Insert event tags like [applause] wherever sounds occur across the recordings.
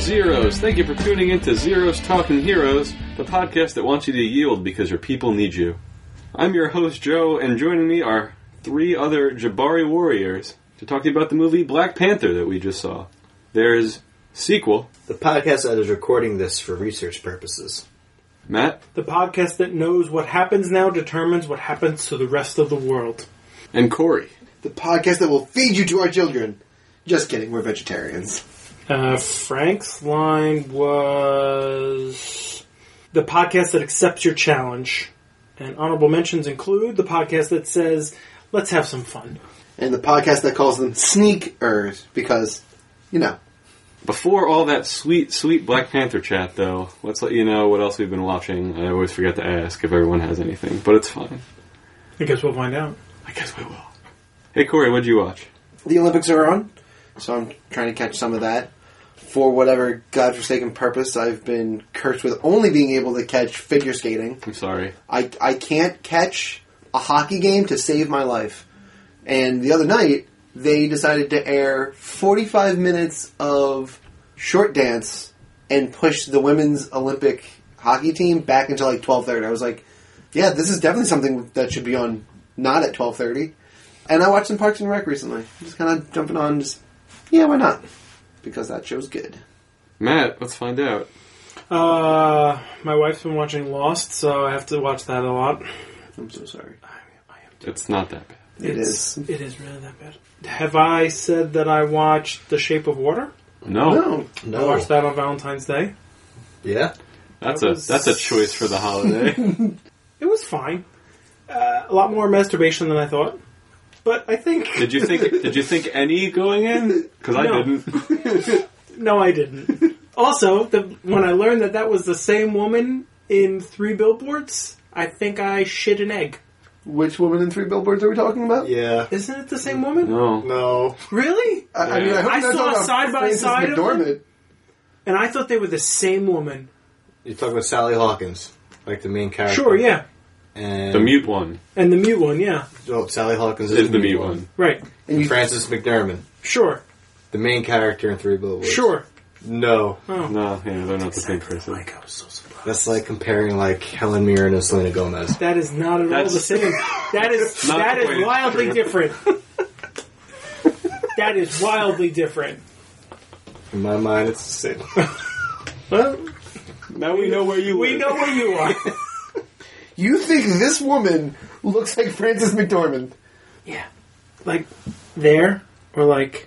Zeros? Thank you for tuning in to Zeros Talking Heroes, the podcast that wants you to yield because your people need you. I'm your host, Joe, and joining me are three other Jabari warriors to talk to you about the movie Black Panther that we just saw. There's sequel, The podcast that is recording this for research purposes. Matt, The podcast that knows what happens now determines what happens to the rest of the world. and Corey. The podcast that will feed you to our children. Just kidding, we're vegetarians. Uh, Frank's line was the podcast that accepts your challenge. And honorable mentions include the podcast that says, let's have some fun. And the podcast that calls them sneakers because, you know, Before all that sweet, sweet Black Panther chat, though, let's let you know what else we've been watching. I always forget to ask if everyone has anything, but it's fine. I guess we'll find out. I guess we will. Hey, Corey, what'd you watch? the Olympics are on. So I'm trying to catch some of that. For whatever godforsaken purpose, I've been cursed with only being able to catch figure skating. I'm sorry. I, I can't catch a hockey game to save my life. And the other night, they decided to air 45 minutes of short dance and push the women's Olympic hockey team back into like 12:30. I was like, yeah, this is definitely something that should be on not at 12:30. And I watched some Parks and Rec recently. Just kind of jumping on just yeah, why not? Because that show's good. Matt, let's find out. Uh, my wife's been watching Lost, so I have to watch that a lot. I'm so sorry. I, I am too. It's not that bad. It It's- is. It is really that bad. Have I said that I watched The Shape of Water? No, No. I watched that on Valentine's Day. Yeah. that's That a was- that's a choice for the [laughs] holiday. It was fine. Uh, a lot more masturbation than I thought, but I think did you think Did you think any going in? Because I No. didn't. no, I didn't. Also, the, when I learned that that was the same woman in Three Billboards, I think I shit an egg. Which woman in three billboards are we talking about? Yeah. Isn't it the same woman? [laughs] No, No. Really? I, I mean, I hope I that's saw not a about side-by-side Frances of them. McDormand. And I thought they were the same woman. You're talking about Sally Hawkins, like the main character. Sure, yeah. And the mute one And the mute one, yeah. Oh, Sally Hawkins is the mute one. Right. And Frances McDermott, Sure. the main character in Three Billboards. Sure. No. Oh. No, yeah, they're not the same person. Like, I was so surprised. That's like comparing like Helen Mirren and Selena Gomez. That is not at all That's- the same. That is [laughs] Not that the way is it's wildly true. different. [laughs] that is wildly different. In my mind, it's the same. [laughs] Well, Now we know where you we know where you are. You think this woman looks like Frances McDormand? Yeah, like there or like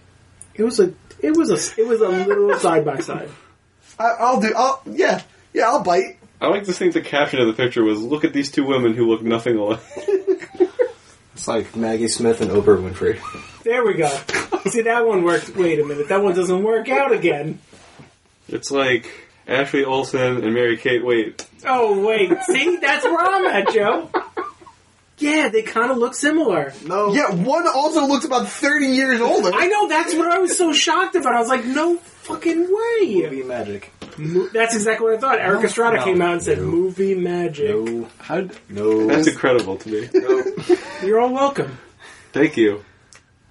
it was a it was a it was a little side by side. I, I'll do. I'll yeah, yeah. I'll bite. I like to think the caption of the picture was "Look at these two women who look nothing alike." It's like Maggie Smith and Oprah [laughs] Winfrey. There we go. See that one worked. Wait a minute, that one doesn't work out again. [laughs] It's like Ashley Olsen and Mary Kate. Wait, Oh wait, see that's where I'm at, Joe. Yeah, they kind of look similar. No. Yeah, one also looks about thirty years older. I know that's what I was so shocked about. I was like, no fucking way. Movie magic. Mo- That's exactly what I thought. Eric Estrada no. came out and said, "Movie magic." No. how? d- No. That's incredible to me. You're all welcome. Thank you.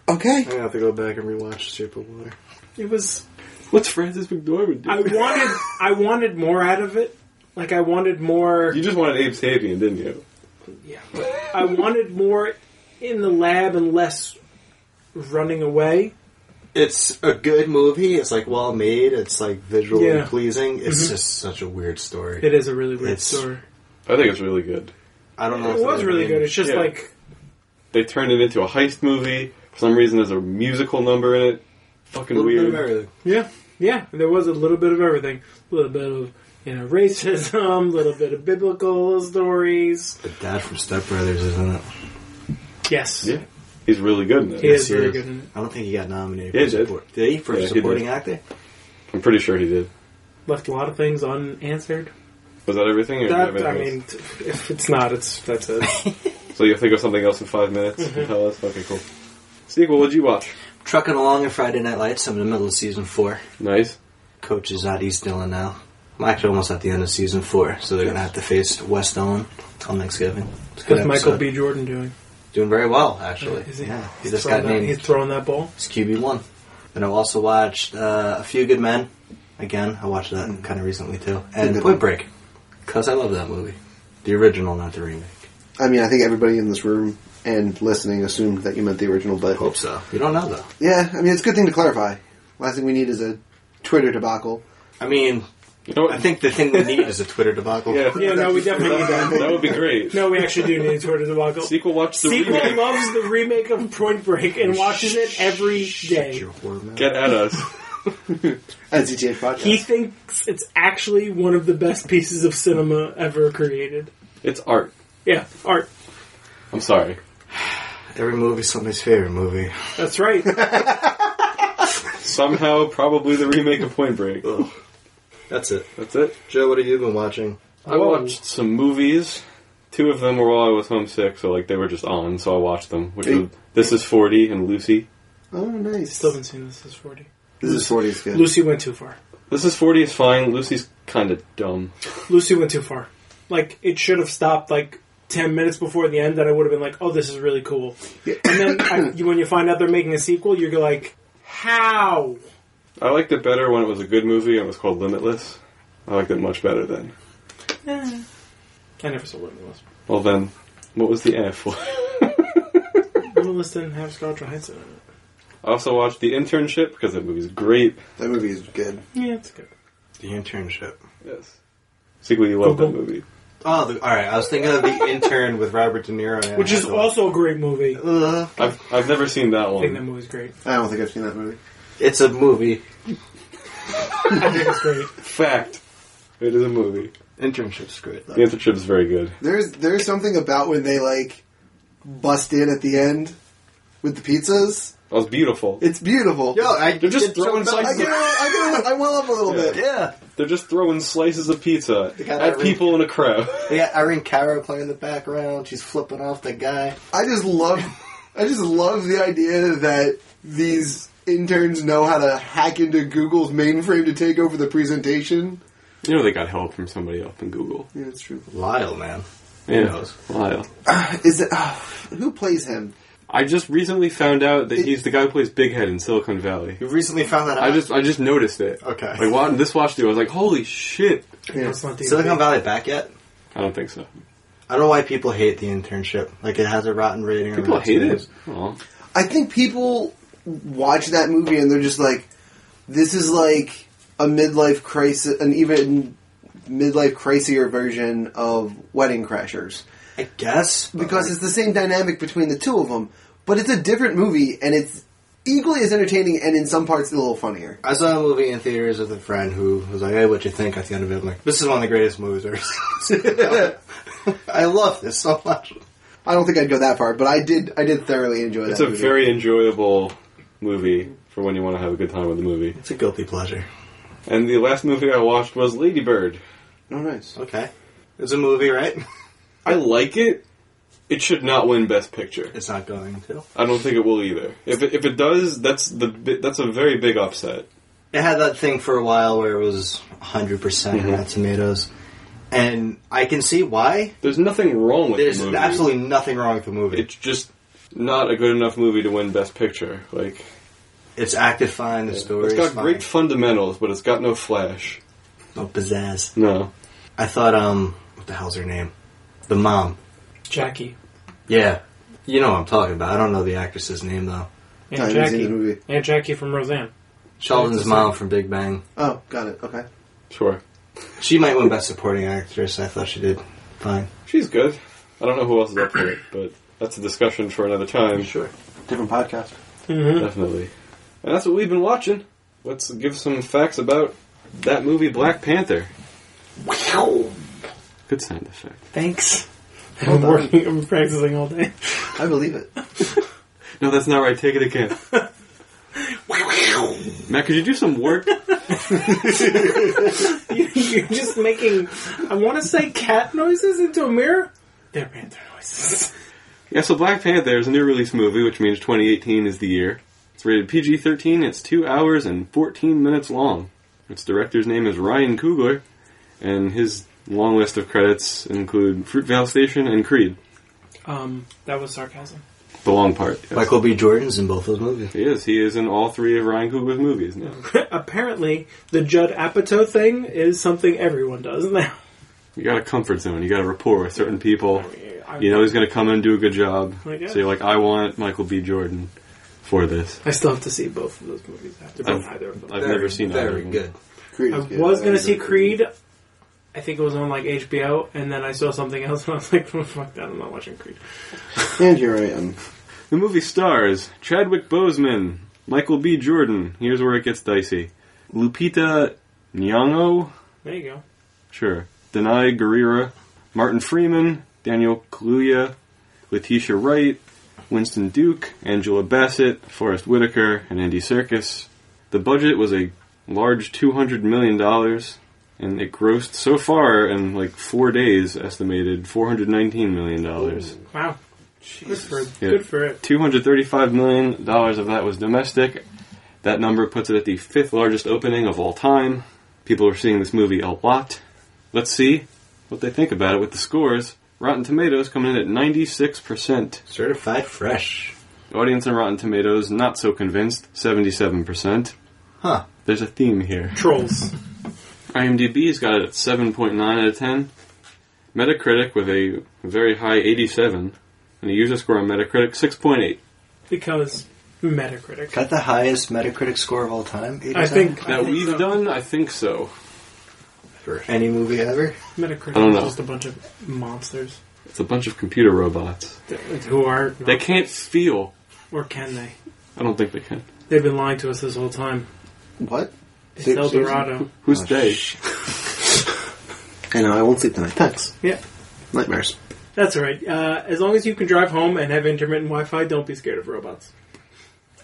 okay. I have to go back and rewatch Shape of Water. It was What's Francis McDormand [laughs] I doing? wanted I wanted more out of it. Like I wanted more. you just wanted Abe Sapien, didn't you? Yeah, but I wanted more in the lab and less running away. It's a good movie. It's like well made. It's like visually Yeah. Mm-hmm. pleasing. It's just such a weird story. It is a really weird It's- story. I think it's really good. I don't know. It if was they're really in- good. It's just Yeah. like They turned it into a heist movie. For some reason, there's a musical number in it. A Fucking little bit weird. of everything. yeah, yeah. There was a little bit of everything. A little bit of you know racism. [laughs] A little bit of biblical stories. The dad from Step Brothers, isn't it? Yes, Yeah, he's really good in it. he is he very is. good in it. I don't think he got nominated. Yeah, for he did. support. Did he for Yeah, he did. supporting actor? I'm pretty sure he did. Left a lot of things unanswered. Was that everything? Or That did you have I anything mean, t- if it's not, it's that's it. else? So you'll think of something else in five minutes and tell us? Okay, cool. Sequel, what'd you watch? Trucking along in Friday Night Lights. I'm in the middle of season four. Nice. Coach is not East Dillon now. I'm actually almost at the end of season four, so they're gonna have to face West Dillon on Thanksgiving. It's a good What's Michael episode. B. Jordan doing? doing very well actually? Is he- Yeah, he He's just throwing got that, named he's throwing that ball. It's QB one. And I also watched uh, A Few Good Men again. I watched that Hmm. kind of recently too. a And good Point one. Break, because I love that movie, the original, not the remake. I mean, I think everybody in this room and listening assumed that you meant the original, but Hope so. You don't know though. yeah, I mean, it's a good thing to clarify. Last thing we need is a Twitter debacle. I mean, You know what? I think the thing we need is a Twitter debacle. [laughs] yeah, Yeah, no, [laughs] we definitely need that. that would be great. No, we actually do need Twitter to walk Sequel watch the Sequel remake. loves the remake of Point Break and watches it every day. Your whore mouth. Get at us. At ZTH Podcast. He thinks it's actually one of the best pieces of cinema ever created. It's art. Yeah, art. I'm sorry. Every movie's somebody's favorite movie. That's right. Somehow, probably the remake of Point Break. Ugh. That's it. That's it. Joe, what have you been watching? I Whoa. watched some movies. Two of them were while I was homesick, so like they were just on, so I watched them. Which Hey. was This Is Forty and Lucy. oh, nice. [laughs] Still haven't seen this. Is forty. this is 40 is good. Lucy went too far. This Is Forty is fine. Lucy's kind of dumb. Lucy went too far. Like it should have stopped like ten minutes before the end, and I would have been like, "Oh, this is really cool." And [coughs] then I, you, when you find out they're making a sequel, you're like, "How?" I liked it better when it was a good movie and it was called Limitless. I liked it much better then. I never saw Limitless. Well then, what was the F [laughs] for? Limitless didn't have Scarlett Johansson in it. I also watched The Internship because that movie's great. That movie is good. Yeah, it's good. The internship. Yes. Sequel, you love that Google. movie. Oh, the, all right. I was thinking of the intern with Robert De Niro, and Which is also a great movie. I Ugh. I've, I've never seen that think that one. movie's great. I don't think I've seen that movie. It's a movie. I think it's [laughs] great. Fact. It is a movie. Internship's great. The Internship's very good. There's there's something about when they like bust in at the end with the pizzas. That was beautiful. It's beautiful. Yo, I They're just did throwing something- I slices get I get I well up a little Yeah. bit. Yeah. They're just throwing slices of pizza They got at every- people in a crowd. [laughs] They got Irene Cara playing in the background. She's flipping off the guy. I just love I just love the idea that these interns know how to hack into Google's mainframe to take over the presentation. You know they got help from somebody up in Google. Yeah, it's true. Lyle, man. Yeah. knows? Lyle. Is it [sighs] who plays him? I just recently found out that he's the guy who plays Big Head in Silicon Valley. You recently found that out. I just I just noticed it. Okay. Like wa- this watch through, I was like, holy shit. That's not the Silicon Valley back yet? I don't think so. I don't know why people hate the internship. Like it has a rotten rating. or People rotten hate it. reviews. Aw. I think people watch that movie and they're just like, this is like a midlife crisis, an even midlife crisier version of Wedding Crashers I guess but, because like, it's the same dynamic between the two of them, but it's a different movie and it's equally as entertaining and in some parts a little funnier. I saw a movie in theaters with a friend who was like, "Hey, what you think?" At the end of it, I'm like, "This is one of the greatest movies I've ever seen." [laughs] I love this so much. I don't think I'd go that far, but I did. I did thoroughly enjoy It's that. a movie. very enjoyable movie for when you want to have a good time with a movie. It's a guilty pleasure. And the last movie I watched was Ladybird. oh nice. Okay, it's a movie, right? I like it. It should not win Best Picture. It's not going to. I don't think it will either. If it, if it does, that's the bi- that's a very big upset. It had that thing for a while where it was 100% percent Mm-hmm. Rotten Tomatoes, and I can see why. There's nothing wrong with There's the movie. absolutely nothing wrong with the movie. it's just not a good enough movie to win Best Picture. Like it's acted fine. The story. it's got great fine. fundamentals, but it's got no flash. no pizzazz. No, I thought, um, what the hell's her name? The mom. Jackie. Yeah, you know what I'm talking about. I don't know the actress's name though. I Aunt haven't seen Jackie. the movie. Aunt Jackie from Roseanne. Sheldon's Actress. mom from Big Bang. Oh, got it. Okay. sure, She might win Best Supporting Actress. I thought she did fine. she's good. I don't know who else is up for it, but that's a discussion for another time. Sure. Different podcast. Definitely. And that's what we've been watching. Let's give some facts about that movie Black Panther. Wow. Good sound effect. [laughs] Thanks. I'm Well done. working. I'm practicing all day. I believe it. No, that's not right. Take it again. Matt, could you do some work? [laughs] You're just making. I want to say cat noises into a mirror. They're panther noises. [laughs] Yeah, so Black Panther is a new release movie, which means 2018 is the year. It's rated PG 13, it's 2 hours and 14 minutes long. Its director's name is Ryan Coogler, and his long list of credits include Fruitvale Station and Creed. Um, that was sarcasm. [laughs] The long part. yes. Michael B. Jordan's in both those movies. He is. He is in all three of Ryan Coogler's movies now. Hmm. Apparently, the Judd Apatow thing is something everyone does now. [laughs] You got a comfort zone. You got a rapport with certain people. I- You know he's going to come in and do a good job. I guess. So you're like, I want Michael B. Jordan for this. I still have to see both of those movies. I have to Oh. I've- buy either of them. I've never seen either Very of them. good. Creed I is good. was gonna see agree. Creed. I think it was on like HBO, and then I saw something else, [laughs] and I was like, "Fuck that! I'm not watching Creed." And here I am. The movie stars Chadwick Boseman, Michael B. Jordan. Here's where it gets dicey. Lupita Nyong'o, There you go. sure. Denai Guerrera, Martin Freeman, Daniel Kaluuya, Letitia Wright, Winston Duke, Angela Bassett, Forrest Whitaker, and Andy Serkis. The budget was a large two hundred million dollars, and it grossed so far in like four days, estimated four hundred nineteen million dollars. Wow, good for Yeah. good for it. $235 million of that was domestic. That number puts it at the fifth largest opening of all time. People are seeing this movie a lot. Let's see what they think about it with the scores. Rotten Tomatoes coming in at 96%. Certified fresh. Audience on Rotten Tomatoes not so convinced, 77%. Huh. There's a theme here. Trolls. IMDb's got it at 7.9 out of 10. Metacritic with a very high 87 and a user score on Metacritic 6.8. because Metacritic. Got the highest Metacritic score of all time. I 87? think That we've so. done, I think so. for any movie ever. I don't Metacritic is know. just a bunch of monsters It's a bunch of computer robots. that- who are not- They can't feel. or can they? I don't think they can. They've been lying to us this whole time. What? It's Sleep El season? [laughs] Dorado. Who's they? I know, I won't sleep tonight. Thanks. Yeah, Nightmares. that's all right. Uh, as long as you can drive home and have intermittent Wi-Fi, don't be scared of robots.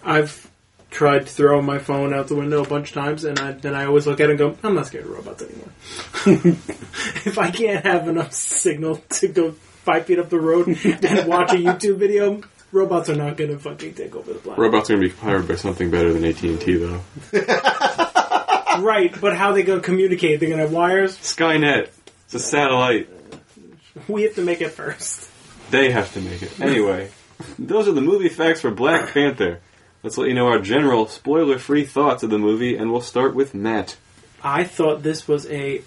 I've tried to throw my phone out the window a bunch of times, and I, then I always look at it and go, "I'm not scared of robots anymore." [laughs] if I can't have enough signal to go five feet up the road and watch a YouTube video, robots are not going to fucking take over the planet. Robots are going to be powered by something better than AT and T though. Right, but how they gonna communicate? They're gonna have wires. Skynet. It's a satellite. We have to make it first. They have to make it anyway. Those are the movie facts for Black Panther. Let's let you know our general spoiler-free thoughts of the movie, and we'll start with Matt. I thought this was a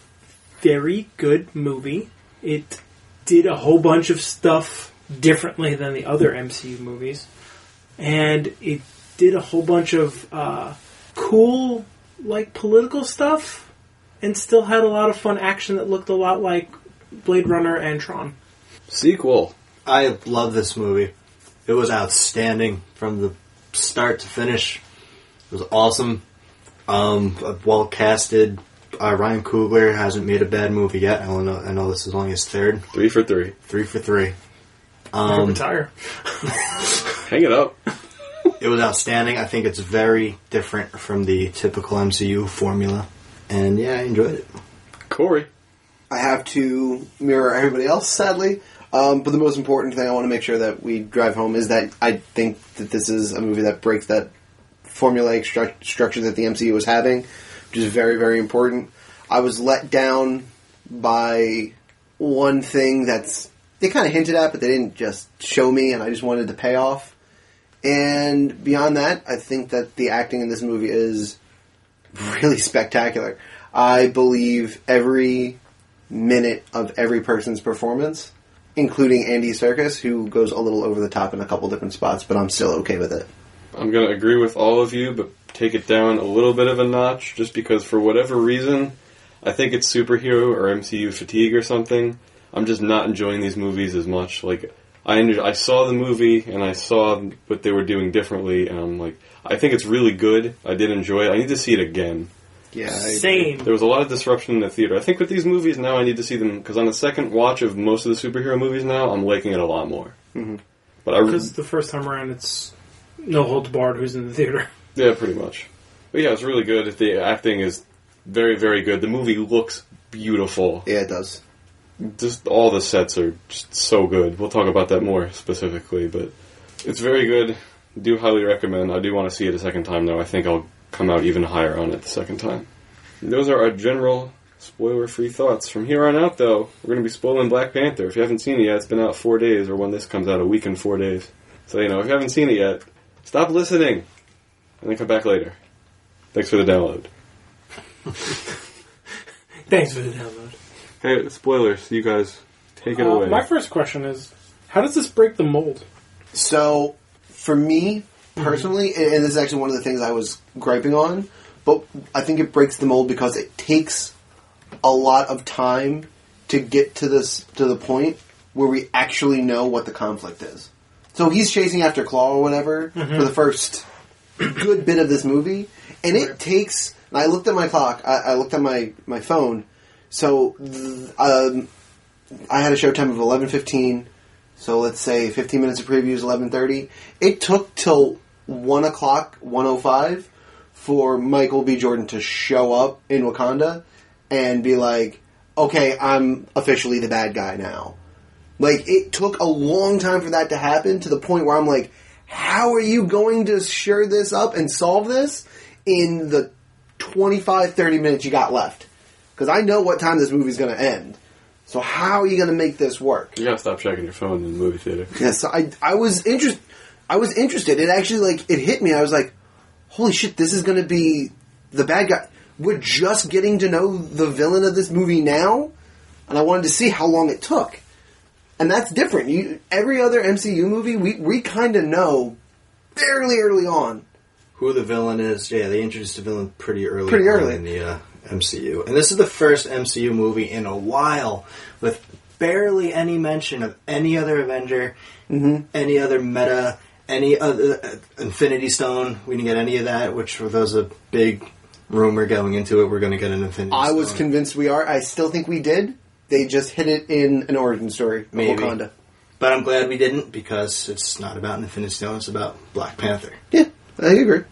very good movie. It did a whole bunch of stuff differently than the other MCU movies, and it did a whole bunch of uh, cool, like political stuff, and still had a lot of fun action that looked a lot like Blade Runner and Tron. Sequel. I love this movie. It was outstanding from the start to finish. It was awesome. Um, well casted. Uh, Ryan Coogler hasn't made a bad movie yet. I don't know. I know this is only his third. Three for three. Three for three. Hmm. I Um, retire. Hang it up. it was outstanding. I think it's very different from the typical MCU formula. And yeah, I enjoyed it. Corey. I have to mirror everybody else, sadly. Um, but the most important thing I want to make sure that we drive home is that I think that this is a movie that breaks that formulaic stru- structure that the MCU was having, which is very, very important. I was let down by one thing that's they kind of hinted at, but they didn't just show me, and I just wanted the payoff. And beyond that, I think that the acting in this movie is really [laughs] spectacular. I believe every minute of every person's performance, including Andy Serkis, who goes a little over the top in a couple different spots, but I'm still okay with it. I'm going to agree with all of you, but take it down a little bit of a notch just because, for whatever reason, I think it's superhero or MCU fatigue or something. I'm just not enjoying these movies as much. Like, I, enj- I saw the movie and I saw what they were doing differently, and I'm like, I think it's really good. I did enjoy it. I need to see it again. Yeah, Same. There was a lot of disruption in the theater. I think with these movies now, I need to see them because on the second watch of most of the superhero movies now, I'm liking it a lot more. Mm-hmm. But I Because the first time around, it's no holds barred who's in the theater. [laughs] Yeah, pretty much. But yeah, it's really good. The acting is very, very good. The movie looks beautiful. yeah, it does. Just all the sets are just so good. We'll talk about that more specifically, but it's very good. Do highly recommend. I do want to see it a second time though. I think I'll come out even higher on it the second time. Those are our general spoiler-free thoughts. From here on out, though, we're going to be spoiling Black Panther. If you haven't seen it yet, it's been out four days, or when this comes out, a week and four days. So, you know, if you haven't seen it yet, stop listening and then come back later. Thanks for the download. Thanks for the download. Hey, spoilers, you guys take it Uh, away. my first question is, how does this break the mold? So, for me personally, and and this is actually one of the things I was griping on, but I think it breaks the mold because it takes a lot of time to get to this to the point where we actually know what the conflict is. So he's chasing after Claw or whatever for the first good bit of this movie, and it takes. And I looked at my clock. I, I looked at my my phone. So th- um, I had a show time of eleven fifteen. So let's say 15 minutes of previews, 11:30. It took till one o'clock, 1:05, for Michael B. Jordan to show up in Wakanda and be like, "Okay, I'm officially the bad guy now." Like it took a long time for that to happen to the point where I'm like, "How are you going to sure this up and solve this in the 25, 30 minutes you got left?" Because I know what time this movie's going to end. So how are you going to make this work? you gotta stop checking your phone in the movie theater. Yes, I I was interest I was interested. It actually like it hit me. I was like, "Holy shit, this is going to be the bad guy." We're just getting to know the villain of this movie now, and I wanted to see how long it took. And that's different. You every other MCU movie, we we kind of know fairly early on. who the villain is. Yeah, they introduced the villain pretty early. Pretty on early. in the uh, MCU, and this is the first MCU movie in a while with barely any mention of any other Avenger, Mm-hmm. any other meta, any other uh, Infinity Stone. We didn't get any of that, which was a big rumor going into it. We're going to get an Infinity. I was Stone. convinced we are. I still think we did. They just hit it in an origin story of Maybe. Wakanda. but I'm glad we didn't because it's not about an Infinity Stone. It's about Black Panther. Yeah, I agree.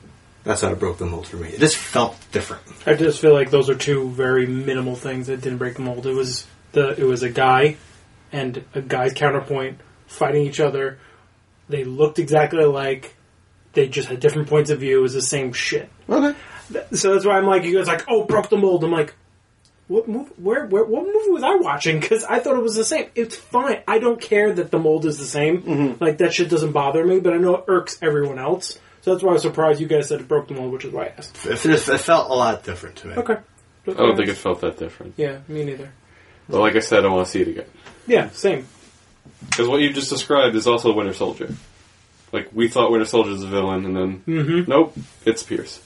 That's how it broke the mold for me. It just felt different. I just feel like those are two very minimal things that didn't break the mold. It was the it was a guy and a guy's counterpoint fighting each other. They looked exactly alike. They just had different points of view. It was the same shit. Okay. So that's why I'm like, you guys are like, oh, broke the mold. I'm like, what movie? Where? Where? What movie was I watching? Because I thought it was the same. It's fine. I don't care that the mold is the same. Like that shit doesn't bother me. But I know it irks everyone else. So that's why I was surprised you guys said it broke the mold, which is why I asked. It, it, it felt a lot different to me. Okay. I don't think it felt that different. Yeah, me neither. But like I said, I want to see it again. Yeah, same. Because what you just described is also Winter Soldier. Like, we thought Winter Soldier was a villain, and then, Mm-hmm. nope, it's Pierce.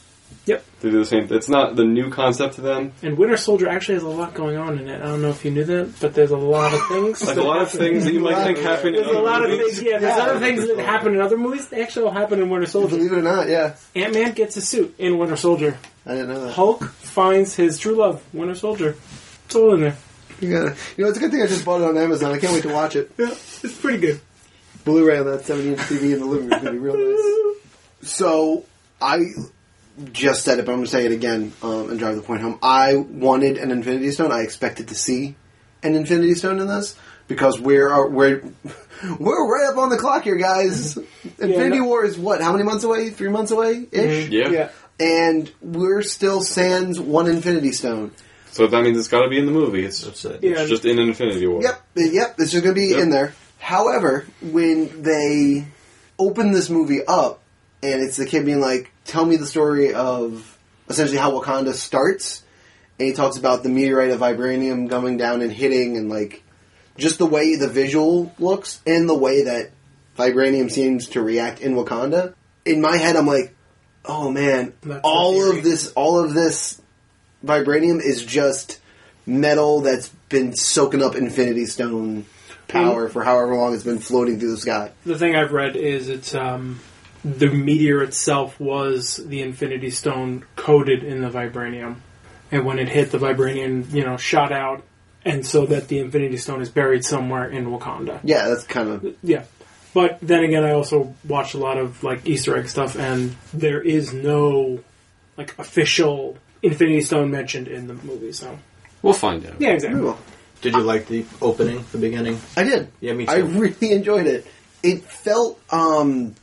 Yep. They do the same. It's not the new concept to them. And Winter Soldier actually has a lot going on in it. I don't know if you knew that, but there's a lot of things. Like a lot of things that you might think happen. in [laughs] There's a other lot of movies. things. Yeah, there's Yeah. other things that happen in other movies. They actually all happen in Winter Soldier. Believe it or not, yeah, Mm-hmm. Ant Man gets a suit in Winter Soldier. I didn't know that. Hulk finds his true love, Winter Soldier. It's all in there. You, gotta, you know, it's a good thing I just bought it on Amazon. I can't wait to watch it. Yeah, it's pretty good. Blu-ray on that 70-inch TV in the living room is going to be real nice. So I just said it, but I'm going to say it again um, and drive the point home. I wanted an Infinity Stone. I expected to see an Infinity Stone in this because we're are, we're [laughs] we're right up on the clock here, guys. Infinity no- War is what? How many months away? Three months away ish, Yeah. Yeah. and we're still sans one Infinity Stone. So that means it's got to be in the movie. It's, That's it. Yeah. it's just in Infinity War. Yep, yep, this is going to be Yep. in there. However, when they open this movie up, and it's the kid being like, "Tell me the story of essentially how Wakanda starts," and he talks about the meteorite of vibranium coming down and hitting, and like just the way the visual looks and the way that vibranium seems to react in Wakanda. In my head, I'm like, "Oh man, That's the all theory. of this, all of this vibranium is just." metal that's been soaking up Infinity Stone power for however long it's been floating through the sky. The thing I've read is it's um, the meteor itself was the Infinity Stone coated in the vibranium, and when it hit the vibranium, you know, shot out, and so that the Infinity Stone is buried somewhere in Wakanda. Yeah, that's kind of Yeah. But then again, I also watch a lot of like Easter egg stuff, and there is no like official Infinity Stone mentioned in the movie. So We'll find out. yeah, exactly. cool. Did you like the opening, the beginning? I did. Yeah, me I too. [laughs] really enjoyed it. It felt. um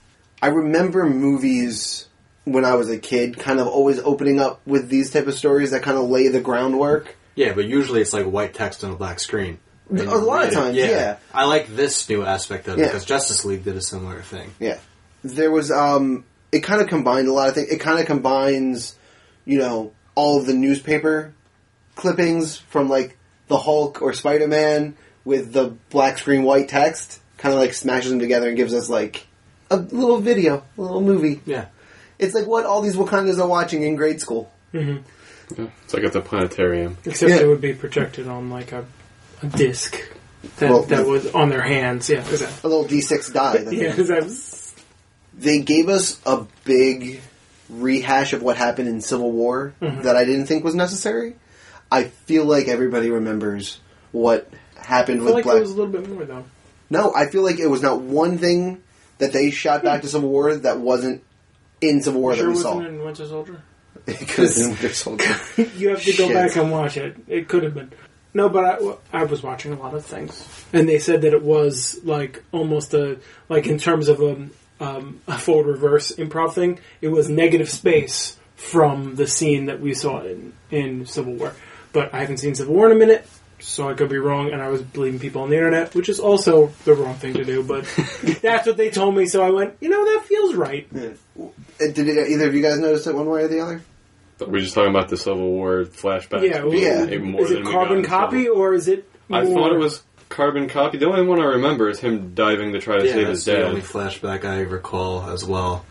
I remember movies when I was a kid, kind of always opening up with these type of stories that kind of lay the groundwork. Yeah, but usually it's like white text on a black screen. and A lot of read it. times, yeah. I like this new aspect of it Yeah. because Justice League did a similar thing. Yeah. There was um it kind of combined a lot of things. It kind of combines, you know, all of the newspaper clippings from like the Hulk or Spider-Man with the black screen white text, kind of like smashes them together and gives us like a little video, a little movie. Yeah, It's like what all these Wakandas are watching in grade school. It's like at the planetarium. Except Yeah. it would be projected on like a, a disc that, Well, that the- was on their hands. Yeah, exactly. A little D6 die. that [laughs] Yeah, they, that's- they gave us a big rehash of what happened in Civil War Mm-hmm. that I didn't think was necessary. I feel like everybody remembers what happened I feel with like there Black. was a little bit more though. No, I feel like it was not one thing that they shot back to Civil War that wasn't in Civil War Hmm. Sure that we wasn't saw. in [laughs] Winter Soldier. [laughs] It could have been Winter Soldier. [laughs] You have to go Shit. back and watch it. It could have been. No, but I, well, I was watching a lot of things, and they said that it was like almost a like in terms of a, um, a forward reverse improv thing. It was negative space from the scene that we saw in, in Civil War. But I haven't seen Civil War in a minute, so I could be wrong. And I was believing people on the internet, which is also the wrong thing to [laughs] do. But that's what they told me, so I went. You know, that feels right. Uh, Did it, either of you guys notice it one way or the other? We're just talking about the Civil War flashback. Yeah, well, Yeah. Maybe more Is it than we got carbon in copy Civil- or is it? I thought more- it was carbon copy. The only one I remember is him diving to try to yeah. save That's his the only dad. flashback I recall as well.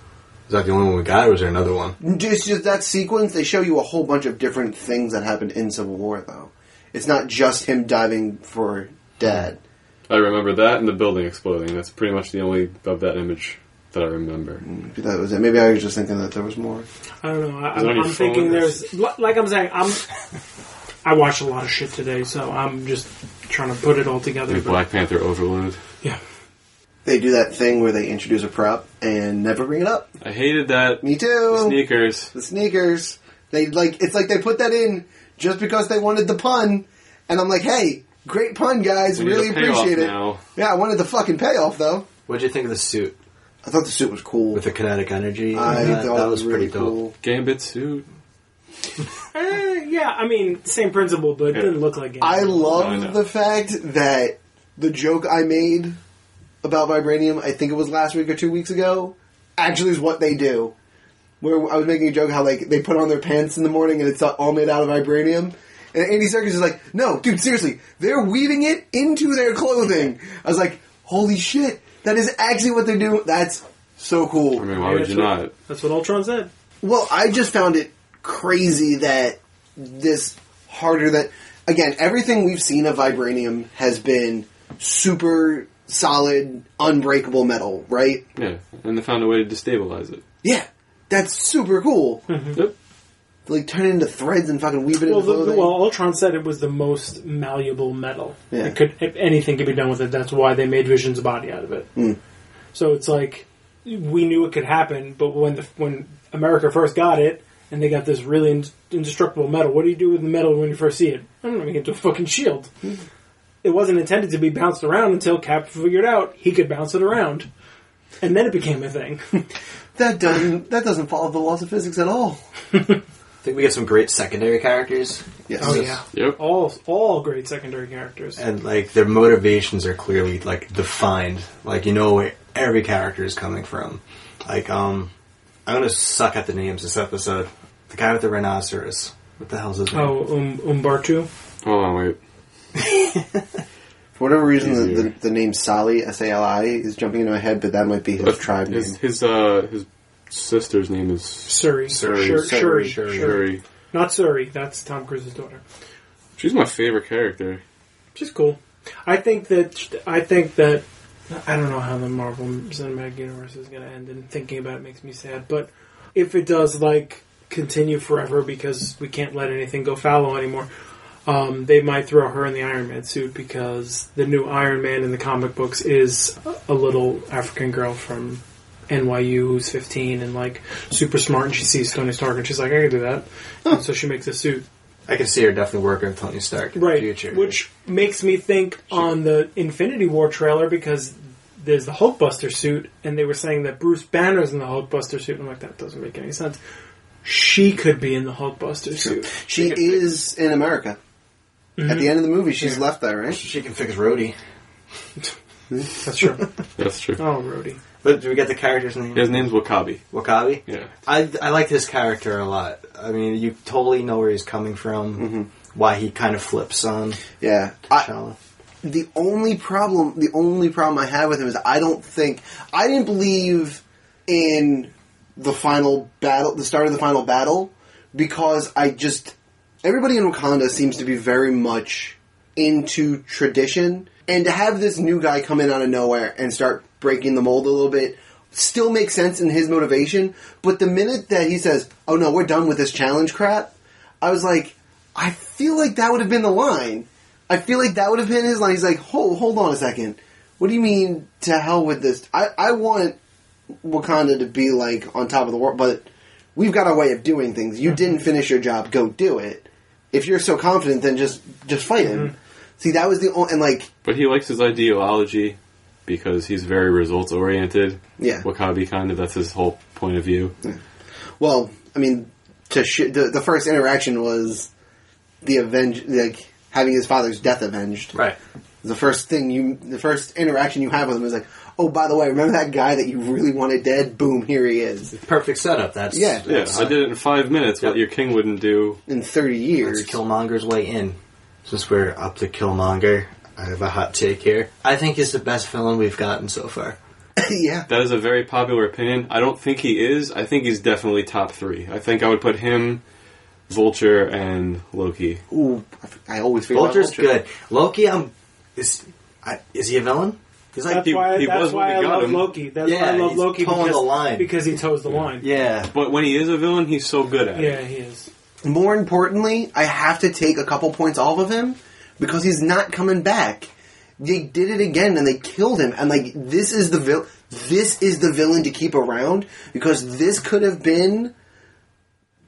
Is that the only one we got, or was there another one? Just, just that sequence, they show you a whole bunch of different things that happened in Civil War, though. It's not just him diving for dad. I remember that and the building exploding. That's pretty much the only of that image that I remember. Maybe that was it. Maybe I was just thinking that there was more. I don't know. I, Is it on I'm, your I'm thinking phone? there's li- like I'm saying I'm. I watched a lot of shit today, so I'm just trying to put it all together. But, Black Panther overload. yeah, They do that thing where they introduce a prop and never bring it up. I hated that. Me too. The, Sneakers. sneakers. They like it's like they put that in just because they wanted the pun, and I'm like, hey, great pun, guys. We need really a payoff appreciate it. now. Yeah, I wanted the fucking payoff though. What'd you think of the suit I thought the suit was cool. with the kinetic energy? I that, thought that it was was really pretty dope. cool. Gambit suit. Eh, yeah. I mean, same principle, but it Yeah. didn't look like it. I love I know. the fact that the joke I made about vibranium, I think it was last week or two weeks ago, actually is what they do. Where I was making a joke how like they put on their pants in the morning and it's all made out of vibranium. And Andy Serkis is like, no, dude, seriously, they're weaving it into their clothing. I was like, holy shit, that is actually what they're doing. That's so cool. I mean, why would you not? That's what Ultron said. Well, I just found it crazy that this harder that again everything we've seen of vibranium has been super solid, unbreakable metal, right? Yeah, and they found a way to destabilize it. Yeah, that's super cool. Yep. like turn it into threads and fucking weave it Hmm. Well, into the, clothing. well, Ultron said it was the most malleable metal. Yeah. It could if anything could be done with it. That's why they made Vision's body out of it. So it's like we knew it could happen, but when the, when America first got it and they got this really in, indestructible metal, what do you do with the metal when you first see it? I don't know, make it into a fucking shield. It wasn't intended to be bounced around until Cap figured out he could bounce it around. And then it became a thing. that doesn't that doesn't follow the laws of physics at all. I think we get some great secondary characters, Yes. oh yeah, Yep. all all great secondary characters. and like their motivations are clearly like defined. Like you know where every character is coming from. Like um, I'm gonna suck at the names this episode. The guy with the rhinoceros. What the hell's his name? Oh, um, Umbartu. Hold on, wait. For whatever reason, the, the, Easier. the name Sally S A L I is jumping into my head, but that might be his tribe name. His his uh his sister's name is Surrey. Surrey. Shur- Shuri. Surrey. Surrey. Shuri. Sherry. Not Surrey. That's Tom Cruise's daughter. She's my favorite character. She's cool. I think that I think that I don't know how the Marvel Cinematic Universe is going to end, and thinking about it makes me sad. But if it does, like continue forever because we can't let anything go fallow anymore. Um, they might throw her in the Iron Man suit because the new Iron Man in the comic books is a little African girl from NYU who's 15 and like super smart and she sees Tony Stark and she's like, I can do that. And so she makes a suit I can see her definitely working with Tony Stark in right, the future. Which makes me think on the Infinity War trailer because there's the Hulkbuster suit, and they were saying that Bruce Banner's in the Hulkbuster suit. and I'm like, that doesn't make any sense. She could be in the Hulkbuster suit. She is in America. At Mm-hmm. the end of the movie, she's left there, right? She can fix Rhodey. That's [laughs] true. That's true. oh, Rhodey. But do we get the character's name? His name's Wakabi. Wakabi? Yeah. I, I like his character a lot. I mean, you totally know where he's coming from, why he kind of flips on Yeah. I, T'Challa. the only problem, the only problem I have with him is I don't think I didn't believe in the final battle, the start of the final battle, because I just everybody in Wakanda seems to be very much into tradition, and to have this new guy come in out of nowhere and start breaking the mold a little bit still makes sense in his motivation. But the minute that he says, "Oh no, we're done with this challenge crap," I was like, I feel like that would have been the line. I feel like that would have been his line. He's like, hold, hold on a second. What do you mean to hell with this? I, I want Wakanda to be like on top of the world, but we've got our way of doing things. You didn't finish your job. Go do it. If you're so confident, then just just fight him. See, that was the only and like But he likes his ideology because he's very results oriented. Yeah. Wakabi kind of, that's his whole point of view. Well, I mean, to sh- the, the first interaction was the avenge, like having his father's death avenged. Right. The first thing you, the first interaction you have with him is like, oh, by the way, remember that guy that you really wanted dead? Boom, here he is Perfect setup. That's Yeah. Yeah, That's, I did it in five minutes, what Yep. your king wouldn't do. in thirty years. That's Killmonger's way in. Since we're up to Killmonger, I have a hot take here. I think he's the best villain we've gotten so far. [laughs] yeah, That is a very popular opinion. I don't think he is. I think he's definitely top three. I think I would put him, Vulture, and Loki. ooh, I f- I always figure out Vulture's Vulture. good. Loki, I'm is I, is he a villain? He's like That's He- why. he was that's when why we I got love him. Loki. That's Yeah, why I love he's Loki toeing the because, line. because he toes the line. yeah. But when he is a villain, he's so good at yeah, it. he is. More importantly, I have to take a couple points off of him because he's not coming back. They did it again and they killed him. And like this is the vil- this is the villain to keep around because this could have been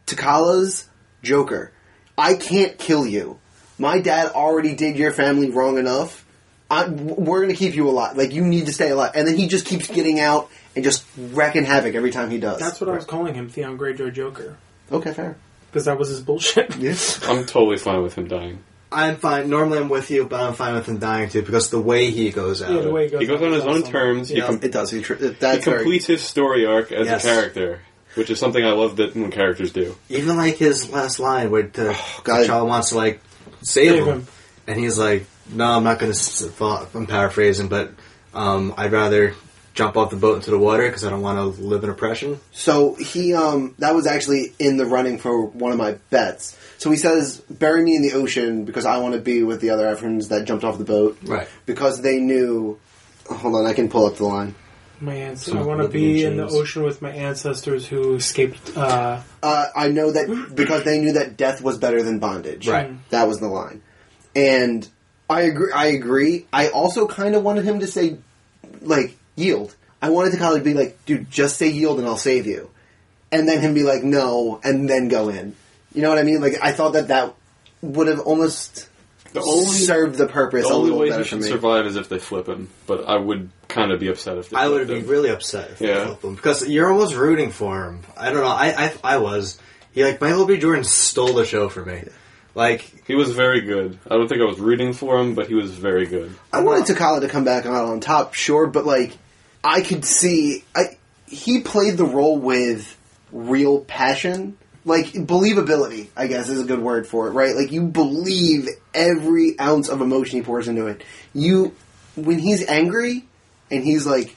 Takala's Joker. I can't kill you. My dad already did your family wrong enough. I, we're going to keep you alive. Like you need to stay alive. And then he just keeps getting out and just wrecking havoc every time he does. That's what I was calling him, Theon Greyjoy Joker, okay, fair. because that was his bullshit. [laughs] Yes. I'm totally fine with him dying. I'm fine. Normally I'm with you, but I'm fine with him dying too because the way he goes out. Yeah, the way he goes, He goes out on his is own awesome. terms. He, Yeah. com- It does. He tr- he that's very- completes his story arc as Yes. a character, which is something I love that when characters do. Even like his last line where the God. T'Challa wants to like save, Save him. him. and he's like, "No, I'm not going to." I'm paraphrasing, but um, I'd rather jump off the boat into the water because I don't want to live in oppression. So he, um, that was actually in the running for one of my bets. So he says, "Bury me in the ocean because I want to be with the other Africans that jumped off the boat." Right. Because they knew. Hold on, I can pull up the line. My ans- Some I want to living be in the James. ocean with my ancestors who escaped. Uh, Uh, I know that because they knew that death was better than bondage. Right. That was the line, and I agree. I agree. I also kind of wanted him to say, like, yield. I wanted to kind of be like, dude, just say yield and I'll save you, and then him be like, no, and then go in. You know what I mean? Like, I thought that that would have almost The only, served the purpose the a only little way better he for should me. survive is if they flip him, but I would kind of be upset if they I would flipped be him. really upset if Yeah. they flipped him because you're almost rooting for him. I don't know. I I, I was. He like Michael B. Jordan stole the show for me. Like He was very good. I don't think I was rooting for him, but he was very good. I wanted Takala to come back out on top, sure, but like I could see I he played the role with real passion. Like believability, I guess is a good word for it, right? Like you believe every ounce of emotion he pours into it. You when he's angry and he's like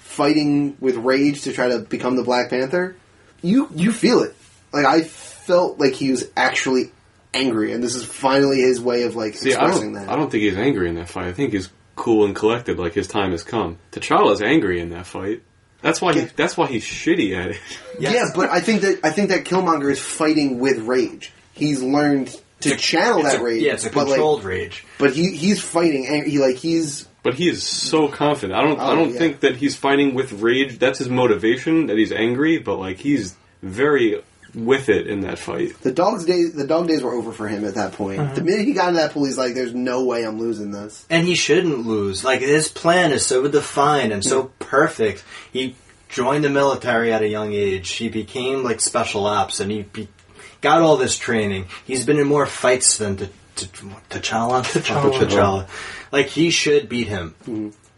fighting with rage to try to become the Black Panther, you you feel it. Like I felt like he was actually angry and this is finally his way of like See, I expressing don't, that. I don't think he's angry in that fight. I think he's cool and collected, like his time has come. T'Challa's angry in that fight. That's why he, Yeah. that's why he's shitty at it. [laughs] yes. Yeah, but I think that I think that Killmonger is fighting with rage. He's learned to channel It's that a- rage. Yeah, it's a but controlled Like, rage. but he he's fighting. And he like he's But he is so confident. I don't Oh, I don't yeah. think that he's fighting with rage. That's his motivation that he's angry, but like he's very with it in that fight. the dog's days. The dog days were over for him at that point. Uh-huh. The minute he got into that pool, he's like, "There's no way I'm losing this." and he shouldn't lose. Like his plan is so defined and so perfect. He joined the military at a young age. He became like special ops, and he be- got all this training. He's been in more fights than the T- T'Challa. T'Challa? T'Challa. T'Challa. Like, he should beat him.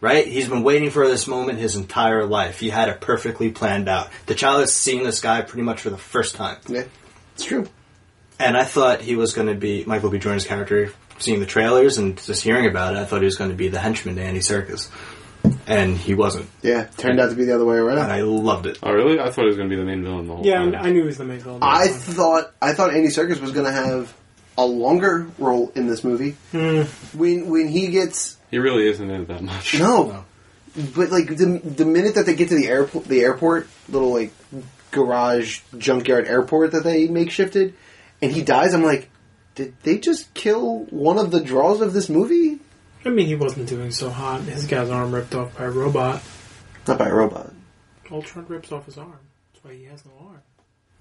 Right? He's been waiting for this moment his entire life. He had it perfectly planned out. T'Challa's seeing this guy pretty much for the first time. Yeah, it's true. And I thought he was going to be Michael B. Jordan's character. Seeing the trailers and just hearing about it, I thought he was going to be the henchman to Andy Serkis, and he wasn't. Yeah, turned out to be the other way And around. I loved it. Oh, really? I thought it was going to be the main villain the whole Yeah, time. I I knew he was the main villain. I thought I thought Andy Serkis was going to have a longer role in this movie. Hmm. When when he gets He really isn't in it that much. no, but like the the minute that they get to the airport, the airport little like garage junkyard airport that they make shifted, and he dies. I'm like, did they just kill one of the draws of this movie? I mean, he wasn't doing so hot. His guy's arm ripped off by a robot. Not by a robot. Ultron rips off his arm. That's why he has no arm.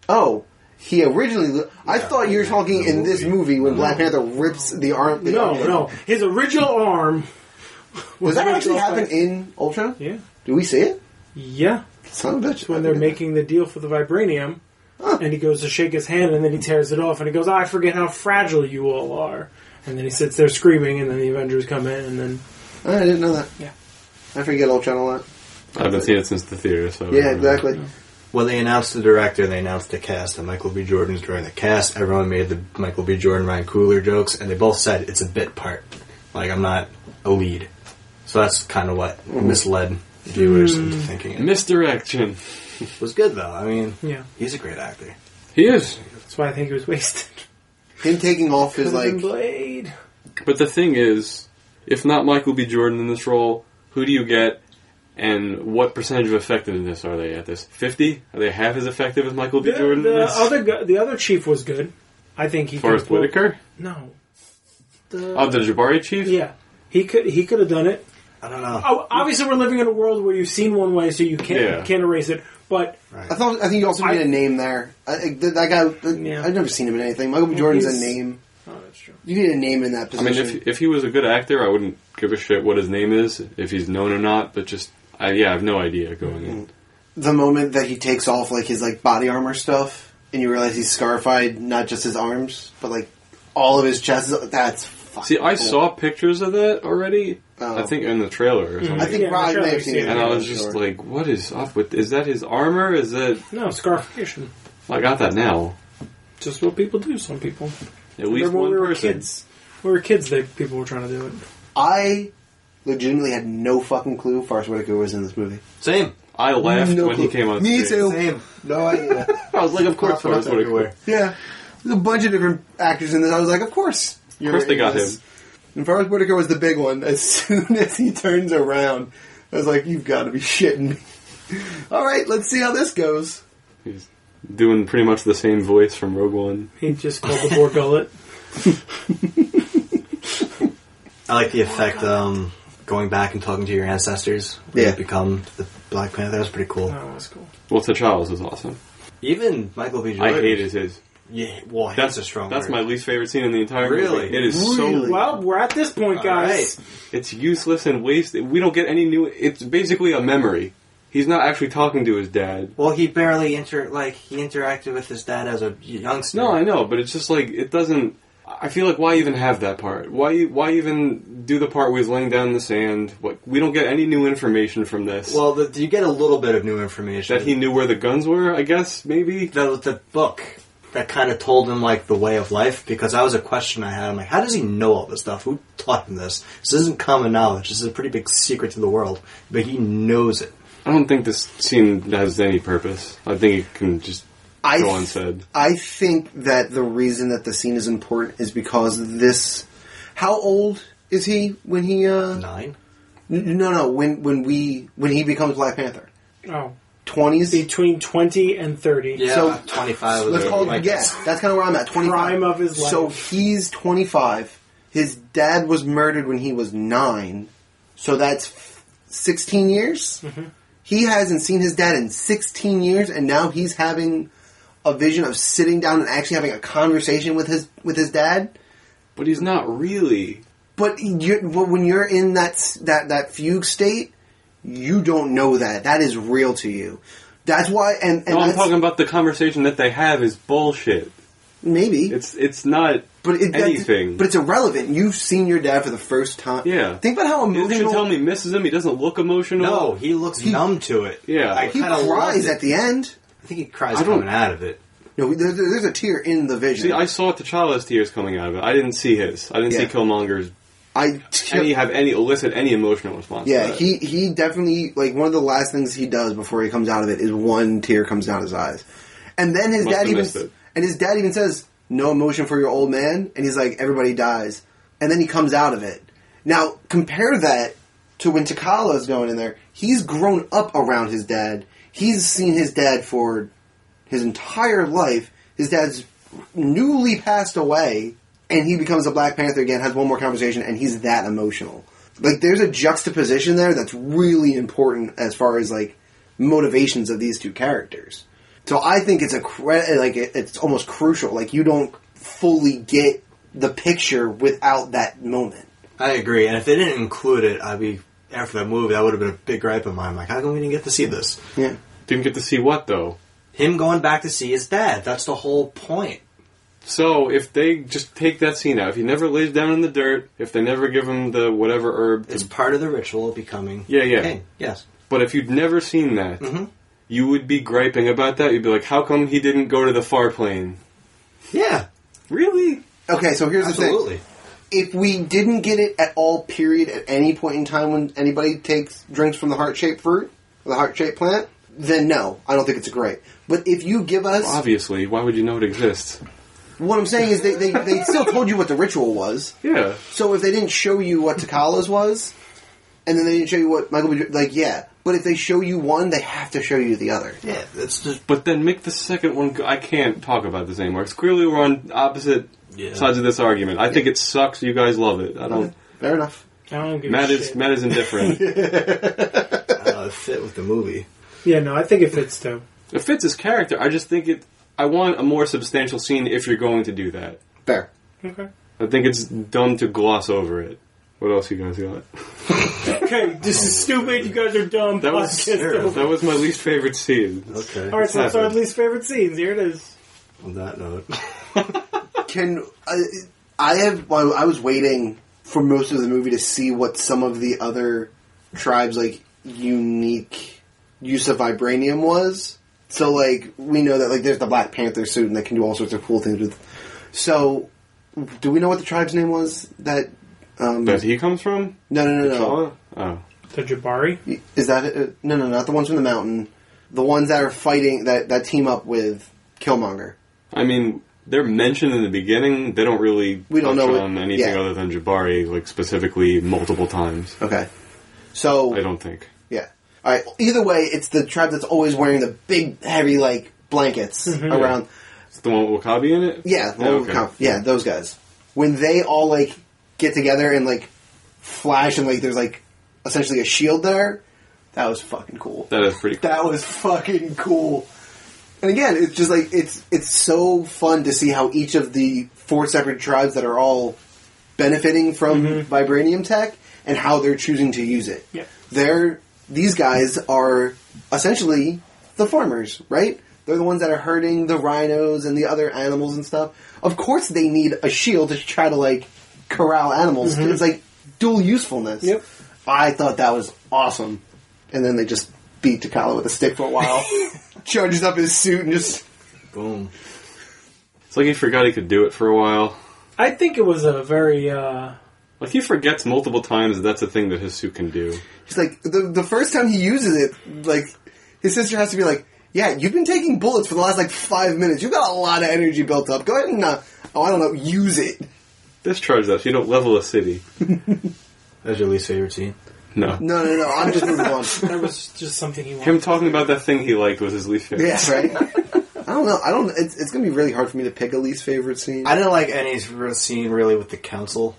Oh. He originally. lo- I thought you were talking in this movie when Black Panther rips the arm. The No, arm- no. His original arm. Does that ripped actually off by- happen in Ultron? Yeah. Do we see it? Yeah. Son of a bitch. When they're making the deal for the vibranium. And he goes to shake his hand and then he tears it off and he goes, I forget how fragile you all are. And then he sits there screaming and then the Avengers come in and then. Oh, I didn't know that. Yeah. I forget Ultron a lot. I haven't seen it since the theater, so. Yeah, exactly. When they announced the director, they announced the cast, and Michael B. Jordan's during the cast. Everyone made the Michael B. Jordan Ryan Coogler jokes, and they both said it's a bit part. Like I'm not a lead, so that's kind of what misled viewers into Hmm. thinking it. Misdirection. It was good though. I mean, Yeah. he's a great actor. He is. That's why I think he was wasted. [laughs] Him taking off his like. Blade. But the thing is, if not Michael B. Jordan in this role, who do you get? And what percentage of effectiveness are they at this? 50? Are they half as effective as Michael B. The, Jordan in the this? other gu- the other chief was good. I think he Forrest could pull- Whitaker? Oh. No. Of the Jabari Chief? Yeah. He could he could have done it. I don't know. Oh, obviously we're living in a world where you've seen one way so you can't Yeah. can't erase it. But I thought. I think you also need a name there. I, I- that that guy. that- Yeah. I've never seen him in anything. Michael B. Jordan's a he's- name. oh, that's true. You need a name in that I mean, position. if, if he was a good actor, I wouldn't give a shit what his name is, if he's known or not, but just, I, yeah, I have no idea going Mm-hmm. in. the moment that he takes off like his like body armor stuff, and you realize he's scarified, not just his arms, but like all of his chest. is- That's fucking See, I cool. saw pictures of that already, Oh. I think in the trailer or something. I think Yeah, Rod sure, may have I've seen seen it. it. and I was I'm just sure. like, what is up with, is that his armor? Is that, No, scarification. I got that now. Just what people do, some people. At least Remember when one we were person. kids. When we were kids that people were trying to do it. I legitimately had no fucking clue Forrest Whitaker was in this movie. Same, I laughed No when he clue. came on Me screen. too. same. No idea. I was like, of course, Popping up Forrest Whitaker. everywhere. Yeah, there's a bunch of different actors in this. I was like, of course, Of course, they got him. And Forrest Whitaker was the big one. As [laughs] soon as he turns around, I was like, you've got to be shitting me. [laughs] All right, let's see how this goes. He's doing pretty much the same voice from Rogue One. He just called the boar [laughs] gullet. I like the effect um, going back and talking to your ancestors. when Yeah. you become the Black Panther. That was pretty cool. Oh, that's cool. Well, T'Challa's is awesome. Even Michael B. I Jordan. hated his. Yeah, well, that's That's a strong. That's word. my least favorite scene in the entire Really? movie. It is Really? so Well, we're at this point, guys. it's useless and wasted. We don't get any new. It's basically a memory. He's not actually talking to his dad. Well, he barely inter like he interacted with his dad as a youngster. No, I know, but it's just like it doesn't. I feel like why even have that part? Why why even do the part where he's laying down in the sand? What we don't get any new information from this. well, the, you get a little bit of new information that he knew where the guns were, I guess maybe. the, the book that kind of told him like the way of life because that was a question I had. I'm like, how does he know all this stuff? Who taught him this? This isn't common knowledge. This is a pretty big secret to the world, but he knows it. I don't think this scene has any purpose. I think it can just I go unsaid. I think that the reason that the scene is important is because this. How old is he when he? uh Nine. n- No, no. When when we when he becomes Black Panther, Oh. twenties. Between 20 and 30. Yeah, So- 25. Was Let's a- call it, like, yeah, that's kind of where I'm at. 25. Prime of his life. So he's 25. His dad was murdered when he was nine. So that's f- 16 years? Mm-hmm. He hasn't seen his dad in 16 years, and now he's having a vision of sitting down and actually having a conversation with his with his dad. But he's not really. But you're, but when you're in that s- that that fugue state, you don't know that. That is real to you. That's why, and, and No, I'm that's- talking about the conversation that they have is bullshit. Maybe, It's it's not. but it, that- anything. But it's irrelevant. You've seen your dad for the first time. Yeah. Think about how You should emotional. tell me he misses him. He doesn't look emotional. No, he looks numb to it. Yeah. I he kinda cries loved it. at the end. I think he cries I don't- coming out of it. No, there, there- there's a tear in the vision. See, I saw T'Challa's tears coming out of it. I didn't see his. I didn't see Yeah. Killmonger's. I Any have any elicit any emotional response? to yeah, that. he he definitely like one of the last things he does before he comes out of it is one tear comes down his eyes, and then his Must dad have even missed it. and his dad even says no emotion for your old man, and he's like everybody dies, and then he comes out of it. Now compare that to when T'Challa's going in there. He's grown up around his dad. He's seen his dad for his entire life. His dad's newly passed away, and he becomes a Black Panther again, has one more conversation, and he's that emotional. Like, there's a juxtaposition there that's really important as far as, like, motivations of these two characters. So I think it's a, cre- like, it, it's almost crucial. Like, you don't fully get the picture without that moment. I agree, and if they didn't include it, I'd be after that movie. That would have been a big gripe of mine. Like, how come we didn't get to see this? Yeah. didn't get to see what though. Him going back to see his dad. That's the whole point. So if they just take that scene out, if he never lays down in the dirt, if they never give him the whatever herb, to- It's part of the ritual of becoming. Yeah, yeah. King. Yes. but if you'd never seen that, you would be griping about that. You'd be like, "How come he didn't go to the far plane?" Yeah. Really? Okay, so here's the thing. Absolutely. if we didn't get it at all, period, at any point in time when anybody takes drinks from the heart shaped fruit, or the heart shaped plant, then no, I don't think it's great. But if you give us, Obviously, why would you know it exists? what I'm saying is they, they, they still told you what the ritual was. Yeah. So if they didn't show you what Takala's was, and then they didn't show you what Michael, B. Jordan- like yeah, but if they show you one, they have to show you the other. Yeah. It's just But then make the second one. Go- I can't talk about this anymore. 'cause clearly, we're on opposite Yeah. sides of this argument. I think it sucks. You guys love it. I don't. Fair enough. I don't give Matt a is shit. Matt is indifferent. uh, fit with the movie. Yeah, no, I think it fits too. it fits his character. I just think it. I want a more substantial scene if you're going to do that. Fair. Okay. I think it's dumb to gloss over it. What else you guys got? Okay, this is stupid. You guys are dumb. That was [laughs] Podcast over. that was my least favorite scene. Okay. All right, so that's our happened. least favorite scenes. Here it is. On that note, Can uh, I have? Well, I was waiting for most of the movie to see what some of the other tribes' like unique use of vibranium was. So like we know that like there's the Black Panther suit and they can do all sorts of cool things with. So do we know what the tribe's name was? That um, no That he comes from? no no no T'Challa? Oh, The Jabari. is that it? no no not the ones from the mountain the ones that are fighting that that team up with Killmonger. I mean, they're mentioned in the beginning. They don't really We don't touch know it- on anything yeah. other than Jabari, like specifically multiple times. Okay, so I don't think. Yeah. All right. Either way, it's the tribe that's always wearing the big, heavy, like blankets around. It's the one with Wakabi in it. Yeah, the Oh, little okay. comp- yeah, those guys. When they all like get together and like flash and like there's like essentially a shield there, that was fucking cool. That is pretty. That was fucking cool. And again, it's just like it's it's so fun to see how each of the four separate tribes that are all benefiting from Mm-hmm. vibranium tech and how they're choosing to use it. Yeah. They're these guys are essentially the farmers, right? They're the ones that are hurting the rhinos and the other animals and stuff. Of course they need a shield to try to like corral animals. It's like dual usefulness. Yep. I thought that was awesome. And then they just beat Takala with a stick for a while. Charges up his suit and just boom. It's like he forgot he could do it for a while. I think it was a very. uh Like he forgets multiple times that that's a thing that his suit can do. he's like the the first time he uses it, like his sister has to be like, "Yeah, you've been taking bullets for the last like five minutes. You've got a lot of energy built up. Go ahead and uh, oh, I don't know, use it." Discharge that so you don't level a city. That's your least favorite scene. No. No, no, no. I'm just moving on. That was just something he wanted. Him talking about that thing he liked was his least favorite. Yeah, right. I don't know. I don't. It's, it's gonna be really hard for me to pick a least favorite scene. I didn't like any real scene really with the council.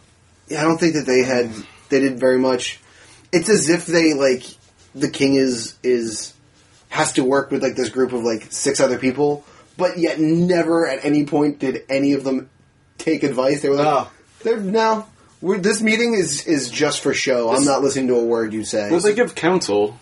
Yeah, I don't think that they had they did very much. It's as if they like the king is is has to work with like this group of like six other people, but yet never at any point did any of them take advice. They were like, Oh. "They're no, we're, this meeting is is just for show. I'm not listening to a word you say." Well, they give counsel.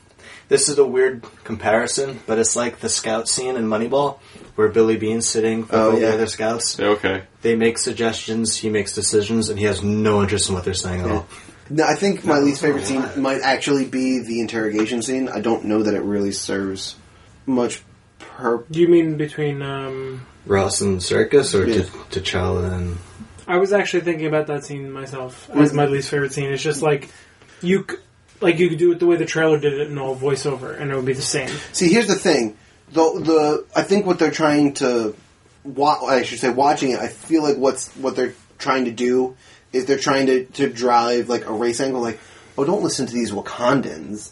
This is a weird comparison, but it's like the scout scene in Moneyball, where Billy Bean's sitting with Oh, all yeah. the other scouts. Okay. They make suggestions, he makes decisions, and he has no interest in what they're saying at all. No, I think my least favorite that's scene not might actually be the interrogation scene. I don't know that it really serves much purpose. You mean between? Um, Ross and Circus, or Yeah. T- T'Challa and I was actually thinking about that scene myself as my least favorite scene. It's just like you, c- like you could do it the way the trailer did it in all voiceover, and it would be the same. See, here's the thing. The the I think what they're trying to wa- I should say watching it. I feel like what's what they're trying to do is they're trying to to drive like a race angle like oh don't listen to these Wakandans.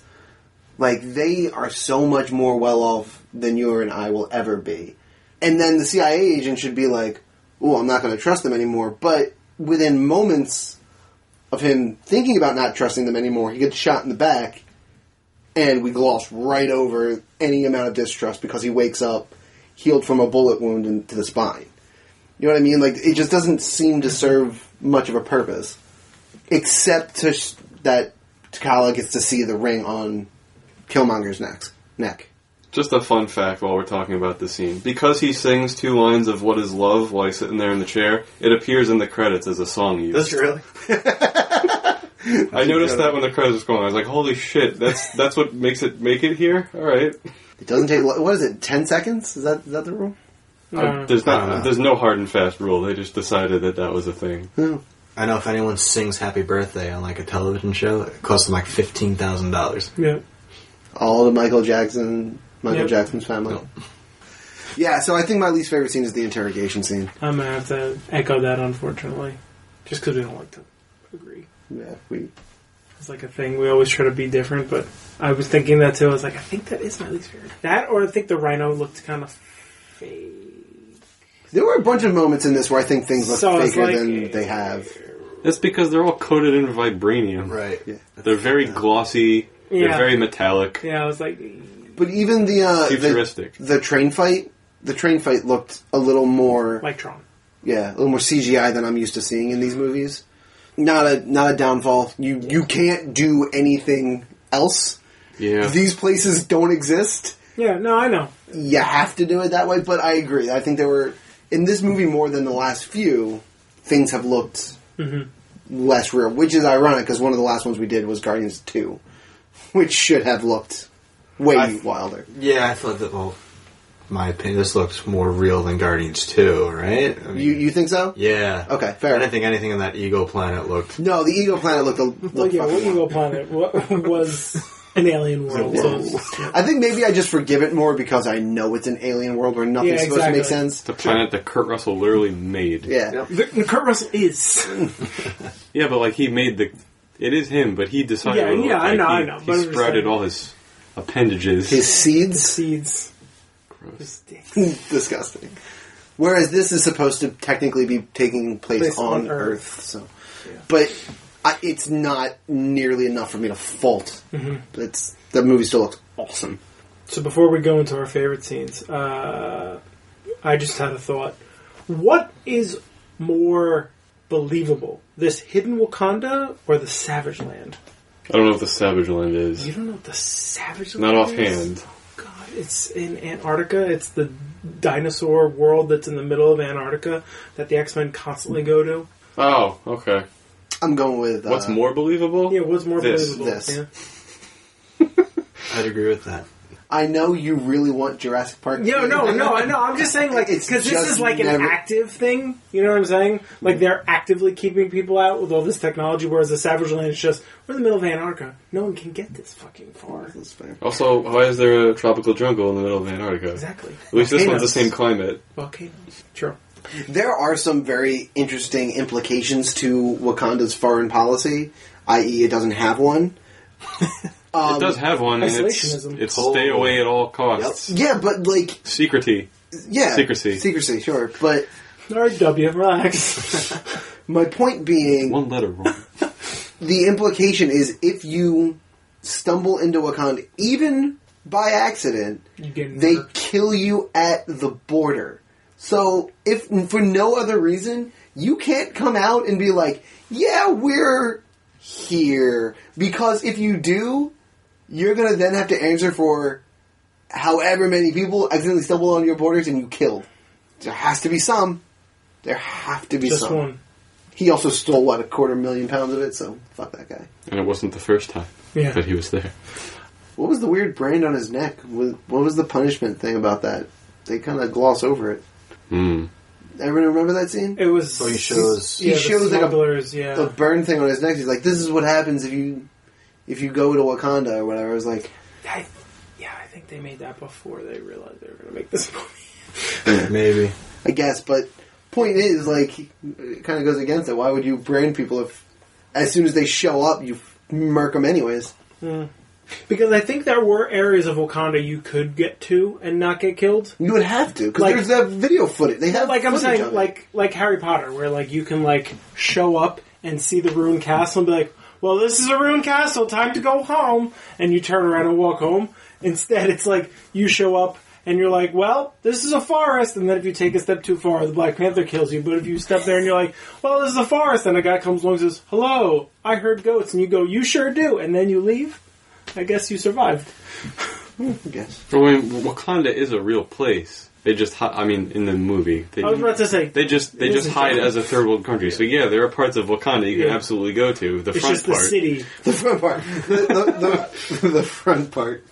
Like they are so much more well off than you and I will ever be. And then the CIA agent should be like, "Oh, I'm not going to trust them anymore." But within moments of him thinking about not trusting them anymore, he gets shot in the back and we gloss right over any amount of distrust because he wakes up healed from a bullet wound into the spine. You know what I mean? Like it just doesn't seem to serve much of a purpose, except to sh- that T'Challa gets to see the ring on Killmonger's neck. Neck. Just a fun fact while we're talking about this scene. Because he sings two lines of What is Love while he's sitting there in the chair, it appears in the credits as a song used. really I noticed that when the credits was going. I was like, holy shit, that's that's what makes it make it here? Alright. It doesn't take. lo- What is it? Ten seconds? Is that is that the rule? Uh, There's I don't know. not there's no hard and fast rule. They just decided that that was a thing. I know if anyone sings "Happy Birthday" on like a television show, it costs them like fifteen thousand dollars. yeah. All the Michael Jackson, Michael Yep. Jackson's family. Yeah, so I think my least favorite scene is the interrogation scene. I'm gonna have to echo that, unfortunately, just because we don't like to agree. Yeah, we It's like a thing we always try to be different. But I was thinking that too. I was like, I think that is my least favorite. That, or I think the rhino looked kind of fake. There were a bunch of moments in this where I think things look So it's faker like- than they have. That's because they're all coated in vibranium. Right. Yeah. They're very glossy, Yeah. they're very metallic, Yeah, I was like, But even the uh, the, futuristic. the train fight, the train fight looked a little more like Tron. yeah, a little more CGI than I'm used to seeing in these movies. Not a not a downfall. You you can't do anything else. yeah. These places don't exist. Yeah, no, I know. You have to do it that way. But I agree. I think there were in this movie more than the last few things have looked Mm-hmm. less real, which is ironic because one of the last ones we did was Guardians Two, which should have looked way I- wilder. Yeah, I thought that. Well, my opinion, this looks more real than Guardians Two, right? I mean, You you think so? yeah. Okay, fair. I didn't think anything in that Ego Planet looked. No, the Ego Planet looked. A, Well, looked yeah, what fucking Eagle Planet wa- [laughs] was an alien world. so it's- wild. I think maybe I just forgive it more because I know it's an alien world where nothing's Yeah, supposed to make exactly. sense. the planet that Kurt Russell literally made. Yeah. Yep. The- Kurt Russell is. Yeah, but like he made the. It is him, but he decided. Yeah, what it looked yeah, I like. know, He, I know, He but I'm just sprouted saying. all his appendages. His seeds, Seeds. Just dicks. [laughs] disgusting. Whereas this is supposed to technically be taking place, Place on, on Earth. Earth. so, but I, it's not nearly enough for me to fault. Mm-hmm. It's the movie still looks awesome. So before we go into our favorite scenes, uh, I just had a thought. What is more believable, this hidden Wakanda or the Savage Land? I don't know what the Savage Land You is. don't know what the Savage Not Land is? offhand. God, it's in Antarctica. It's the dinosaur world that's in the middle of Antarctica that the X Men constantly go to. Oh, okay. I'm going with uh, What's more believable? Yeah, what's more This, believable? this. Yeah. I'd agree with that. I know you really want Jurassic Park. Yeah, [laughs] no, no, I know. I'm just saying, like, It's because this just is like an never- active thing. You know what I'm saying? Like, they're actively keeping people out with all this technology, whereas the Savage Land is just we're in the middle of Antarctica. No one can get this fucking far. That's fair. Also, why is there a tropical jungle in the middle of Antarctica? Exactly. At least this one's the Volcanoes. same climate. Volcanoes. Sure. There are some very interesting implications to Wakanda's foreign policy, i.e., it doesn't have one. it does have one, and it's, isolationism. it's Oh. stay away at all costs. Yeah, but like, Secrecy. yeah, Secrecy. secrecy, sure. But RW, relax. my point being, One letter wrong. the implication is if you stumble into Wakanda, even by accident, you get they murdered. kill you at the border. So if for no other reason, you can't come out and be like, "Yeah, we're here," because if you do, you're gonna then have to answer for however many people accidentally stumbled on your borders and you killed. There has to be some. There have to be Just some. one. He also stole what a quarter million pounds of it, so fuck that guy. And it wasn't the first time Yeah. that he was there. What was the weird brand on his neck? What what was the punishment thing about that? They kind of gloss over it. Hmm. Everyone remember that scene? It was. So he shows- Oh, Yeah, He the shows like a- smugglers, yeah. The burn thing on his neck. He's like, "This is what happens if you if you go to Wakanda or whatever." I was like, I, yeah, I think they made that before they realized they were going to make this [laughs] movie. Maybe. I guess, but point is, like, it kind of goes against it. Why would you brand people if, as soon as they show up, you murk them anyways? Because I think there were areas of Wakanda you could get to and not get killed. You would have to because Like- there's that video footage. They have Like I'm footage saying, of it. like like Harry Potter, where like you can like show up and see the ruined castle and be like, "Well, this is a ruined castle. Time to go home." And you turn around and walk home. Instead, it's like you show up and you're like, "Well, this is a forest." And then if you take a step too far, the Black Panther kills you. But if you step there and you're like, "Well, this is a forest," and a guy comes along and says, "Hello, I heard goats," and you go, "You sure do," and then you leave. I guess you survived. I guess. But when Wakanda is a real place, they just hi- I mean in the movie they I was about to say they just they It just isn't hide China. as a third world country. So yeah, there are parts of Wakanda you can Yeah. absolutely go to. The it's front just part. the city. The front part, the, the, the, the front part.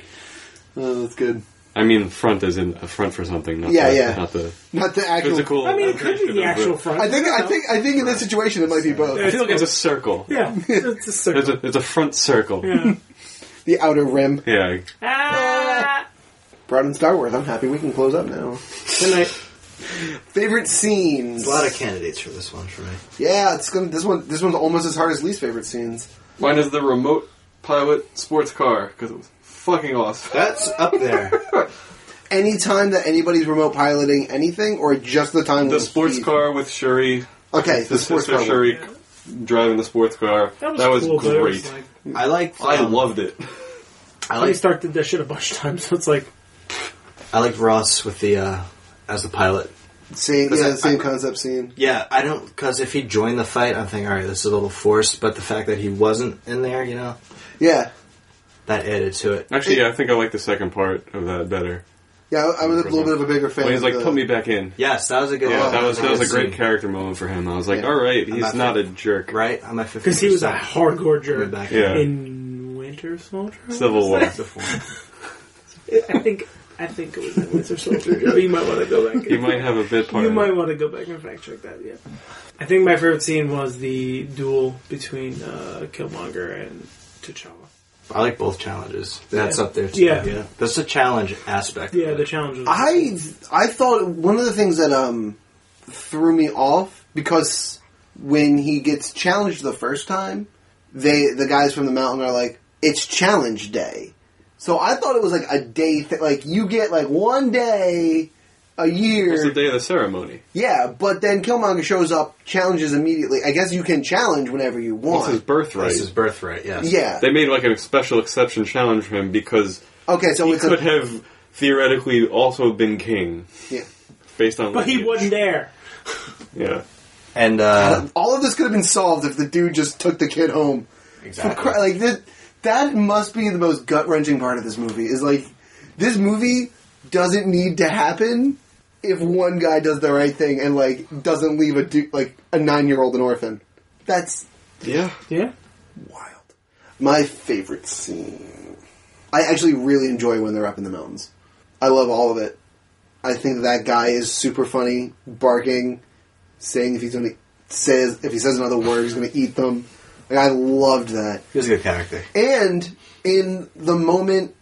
Oh, that's good. I mean front as in a front for something. Not Yeah, the, yeah. Not the Not the actual. physical. I mean, it could be location the of actual front. I think. don't I know. think. I think in this situation, it might be I both. feel like it's a circle. Yeah, [laughs] it's a It's circle. a, it's a front circle. Yeah. The outer rim. Yeah. ah! Brought in Star Wars. I'm happy we can close up now. Good night. Favorite scenes. A lot of candidates for this one for me. Yeah, it's gonna. This one. This one's almost as hard as least favorite scenes. Mine is the remote pilot sports car because it was fucking [laughs] awesome. That's up there. any time that anybody's remote piloting anything, or just the time The when sports he- car with Shuri. Okay, the the sports sister car. one. Shuri driving the sports car. That was, cool, but it was great. like, I like. I um, loved it. I Tony like. Stark did that shit a bunch of times, [laughs] so it's like, I like Ross with the uh, as the pilot. Same, Is yeah, that- same concept scene. Yeah, I don't because if he joined the fight, I'm thinking, all right, this is a little forced. But the fact that he wasn't in there, you know, Yeah, that added to it. Actually, yeah, I think I like the second part of that better. yeah. I, I was a little bit of a bigger fan. When he's of like, the- "Put me back in." Yes, that was a good. Yeah, Oh, that was that was a great scene. character moment for him. I was like, Yeah. "All right, I'm he's not not a jerk." Right, I'm at fifty. because he was a hardcore jerk back. Yeah. in Winter Soldier. Civil War. I think, I think it was in Winter Soldier. but you might want to go back. You might have a bit part. [laughs] You of might it. want to go back and fact check that. Yeah, I think my favorite scene was the duel between uh, Killmonger and T'Challa. I like both challenges. That's Yeah. up there too. Yeah. that's the challenge aspect. Yeah, of the it. challenge. Was I I thought one of the things that um threw me off because when he gets challenged the first time, they the guys from the mountain are like, "It's challenge day," so I thought it was like a day th- like you get like one day a year. It's the day of the ceremony. Yeah, but then Killmonger shows up, challenges immediately. I guess you can challenge whenever you It's his want. birthright. That's his birthright. Yes. Yeah. They made like a special exception challenge for him because Okay, so he it's could a, have theoretically also been king yeah. based on. but he lineage. wasn't there. Yeah. And uh, all of this could have been solved if the dude just took the kid home. For exactly. cri- like that, that must be the most gut wrenching part of this movie. Is like this movie doesn't need to happen if one guy does the right thing and like doesn't leave a du- like a nine year old an orphan. That's Yeah. Yeah. wild. My favorite scene. I actually really enjoy when they're up in the mountains. I love all of it. I think that guy is super funny, barking, saying if he's gonna says if he says another word, he's gonna eat them. Like I loved that. He was a good character. And in the moment,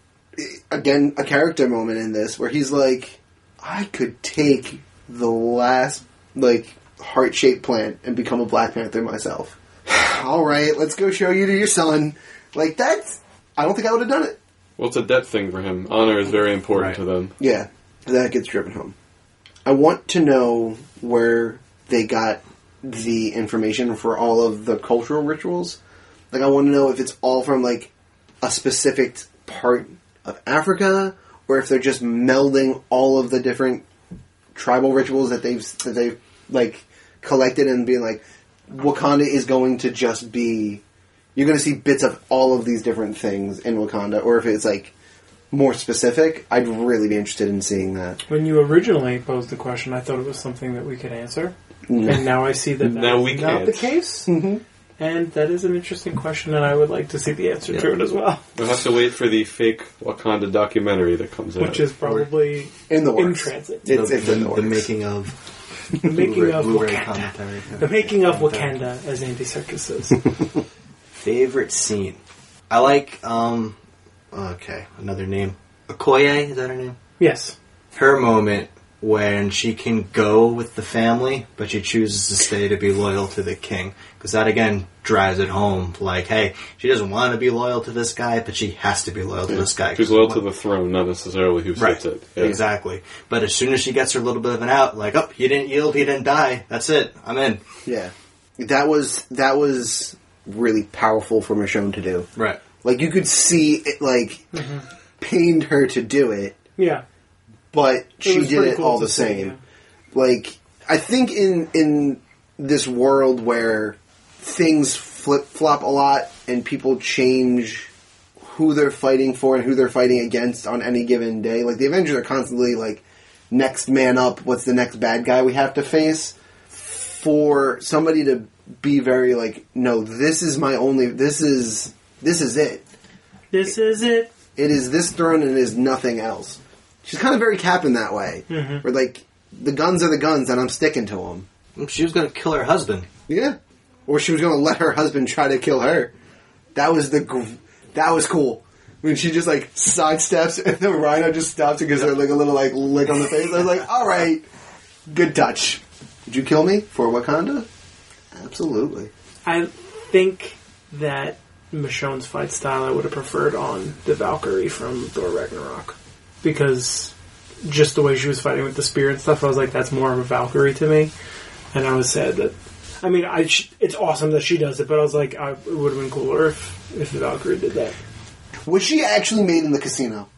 again, a character moment in this where he's like, I could take the last, like, heart shaped plant and become a Black Panther myself. [sighs] All right, let's go show you to your son. Like, that's. I don't think I would have done it. Well, it's a debt thing for him. Honor is very important to Right. them. Yeah, that gets driven home. I want to know where they got the information for all of the cultural rituals. Like, I want to know if it's all from like a specific part of Africa, or if they're just melding all of the different tribal rituals that they've that they've like collected and being like, Wakanda is going to just be you're going to see bits of all of these different things in Wakanda, or if it's like more specific, I'd really be interested in seeing that. When you originally posed the question, I thought it was something that we could answer, and now I see that Now that's we not can't. the case. Mm-hmm. And that is an interesting question, and I would like to see the answer to it as well, We'll have to wait for the fake Wakanda documentary that comes out. which [laughs] is probably In the in works. transit. It's, the, it's in the, the works. making of The making Blu-ray, of Blu-ray Wakanda. commentary. The making of Wakanda, as Andy Serkis says. [laughs] Favorite scene. I like. um Okay, another name. Okoye is that her name? yes. Her moment when she can go with the family, but she chooses to stay to be loyal to the king. Because that again drives it home. Like, hey, she doesn't want to be loyal to this guy, but she has to be loyal to this guy. She's loyal to the throne, not necessarily who Right. sits it. Yeah. Exactly. But as soon as she gets her little bit of an out, like, oh, he didn't yield, he didn't die. That's it. I'm in. Yeah, that was that was really powerful for Michonne to do. Right. Like you could see it, like Mm-hmm. pained her to do it, Yeah. but she was did pretty it cool all to the see, same. yeah. Like I think in in this world where things flip flop a lot and people change who they're fighting for and who they're fighting against on any given day. Like the Avengers are constantly like next man up, what's the next bad guy we have to face? For somebody to be very like, no, this is my only this is this is it. This is it. It is this throne and it is nothing else. She's kind of very Cap in that way. Where, like, the guns are the guns and I'm sticking to them. Mm, She was going to kill her husband. Yeah. Or she was going to let her husband try to kill her. That was the. Gr- that was cool. When she just, like, sidesteps [laughs] and the rhino just stops and gives her, like, a little, like, lick on the face. I was like, alright. Good touch. Did you kill me for Wakanda? Absolutely. I think that Michonne's fight style I would have preferred on the Valkyrie from Thor Ragnarok. Because just the way she was fighting with the spear and stuff, I was like, that's more of a Valkyrie to me. And I was sad that. I mean, I sh- it's awesome that she does it, but I was like, I, it would have been cooler if, if the Valkyrie did that. Was she actually made in the casino?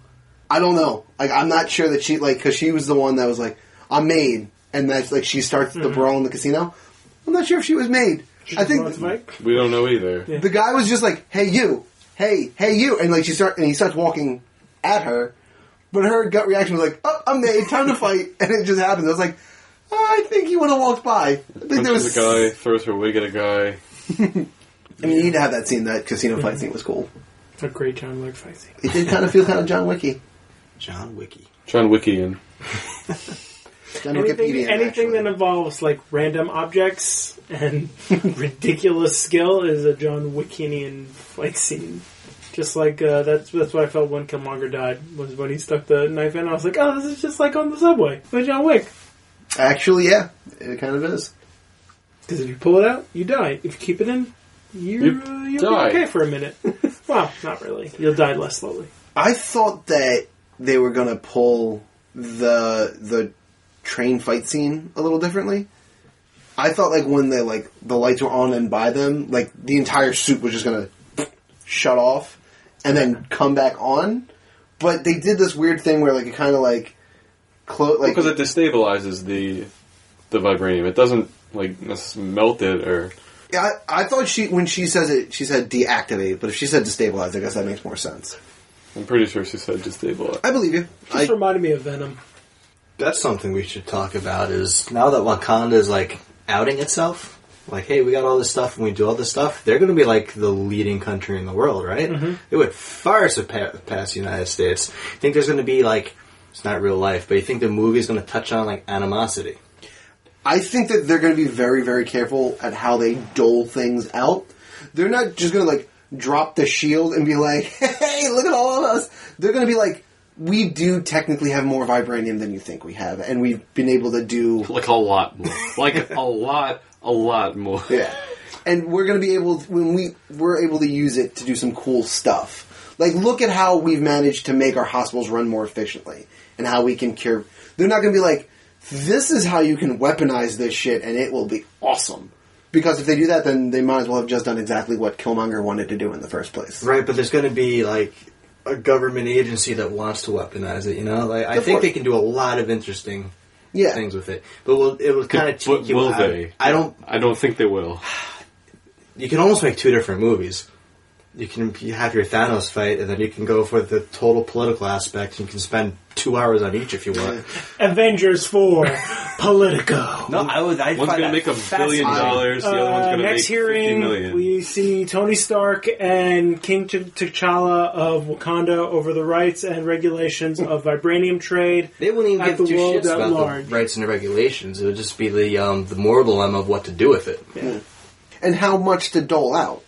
I don't know. Like, I'm not sure that she like because she was the one that was like, "I'm made," and that's like she starts Hmm. the brawl in the casino. I'm not sure if she was made. I think Well, it's the, Mike. We don't know either. Yeah. the guy was just like, "Hey you, hey, hey you," and like she start and he starts walking at her, but her gut reaction was like, "Oh, I'm made. Time to fight," [laughs] and it just happens. I was like, "Oh, I think he would have walked by. I think there Punches was. a guy, throws her wig at a guy. I mean, you need to have that scene. That casino fight scene was cool. A great John Wick fight scene. It did kind of feel kind of John Wicky. John Wiki. John Wickian. John Anything, Wickipedian, anything E actually. that involves like random objects and [laughs] ridiculous skill is a John Wickian fight scene. Just like uh, that's that's what I felt when Killmonger died was when he stuck the knife in. I was like, oh, this is just like on the subway with John Wick. Actually, yeah, it kind of is. Because if you pull it out, you die. If you keep it in, you're, You uh, you'll die. be okay for a minute. well, not really. You'll die less slowly. I thought that they were gonna pull the the train fight scene a little differently. I thought like when they like the lights were on and by them, like the entire suit was just gonna shut off and then come back on. But they did this weird thing where like it kind of like close like Because it destabilizes the the vibranium. It doesn't like necess- melt it or I, I thought she when she says it she said deactivate, but if she said destabilize, I guess that makes more sense. I'm pretty sure she said destabilize. I believe you. Just I, reminded me of Venom. That's something we should talk about is now that Wakanda is like outing itself, like, hey, we got all this stuff and we do all this stuff, they're going to be like the leading country in the world, right? It would far surpass the United States. I think there's going to be like, it's not real life, but you think the movie's going to touch on like animosity. I think that they're going to be very, very careful at how they dole things out. They're not just going to like drop the shield and be like, [laughs] "Hey, look at all of us." They're going to be like, "We do technically have more vibranium than you think we have, and we've been able to do Like a lot more. Like a lot, a lot more. yeah." And we're going to be able when we we're able to use it to do some cool stuff. Like, look at how we've managed to make our hospitals run more efficiently, and how we can cure. They're not going to be like, "This is how you can weaponize this shit, and it will be awesome." Because if they do that, then they might as well have just done exactly what Killmonger wanted to do in the first place. Right, but there's going to be like a government agency that wants to weaponize it, you know? Like, I Of think course. they can do a lot of interesting Yeah, things with it. But will, it will kind of But cheat you will out. they? I don't I don't think they will. you can almost make two different movies. you can you have your Thanos fight, and then you can go for the total political aspect. You can spend two hours on each if you want. Avengers 4, Politico. no, I was. I One's going find to that make a billion fascinating. dollars. The other one's Uh, going to make next fifty hearing, million. we see Tony Stark and King T- T'Challa of Wakanda over the rights and regulations of vibranium trade. They wouldn't even At give the two world shits at about large. the rights and the regulations. It would just be the um, the moral dilemma of what to do with it. and how much to dole out,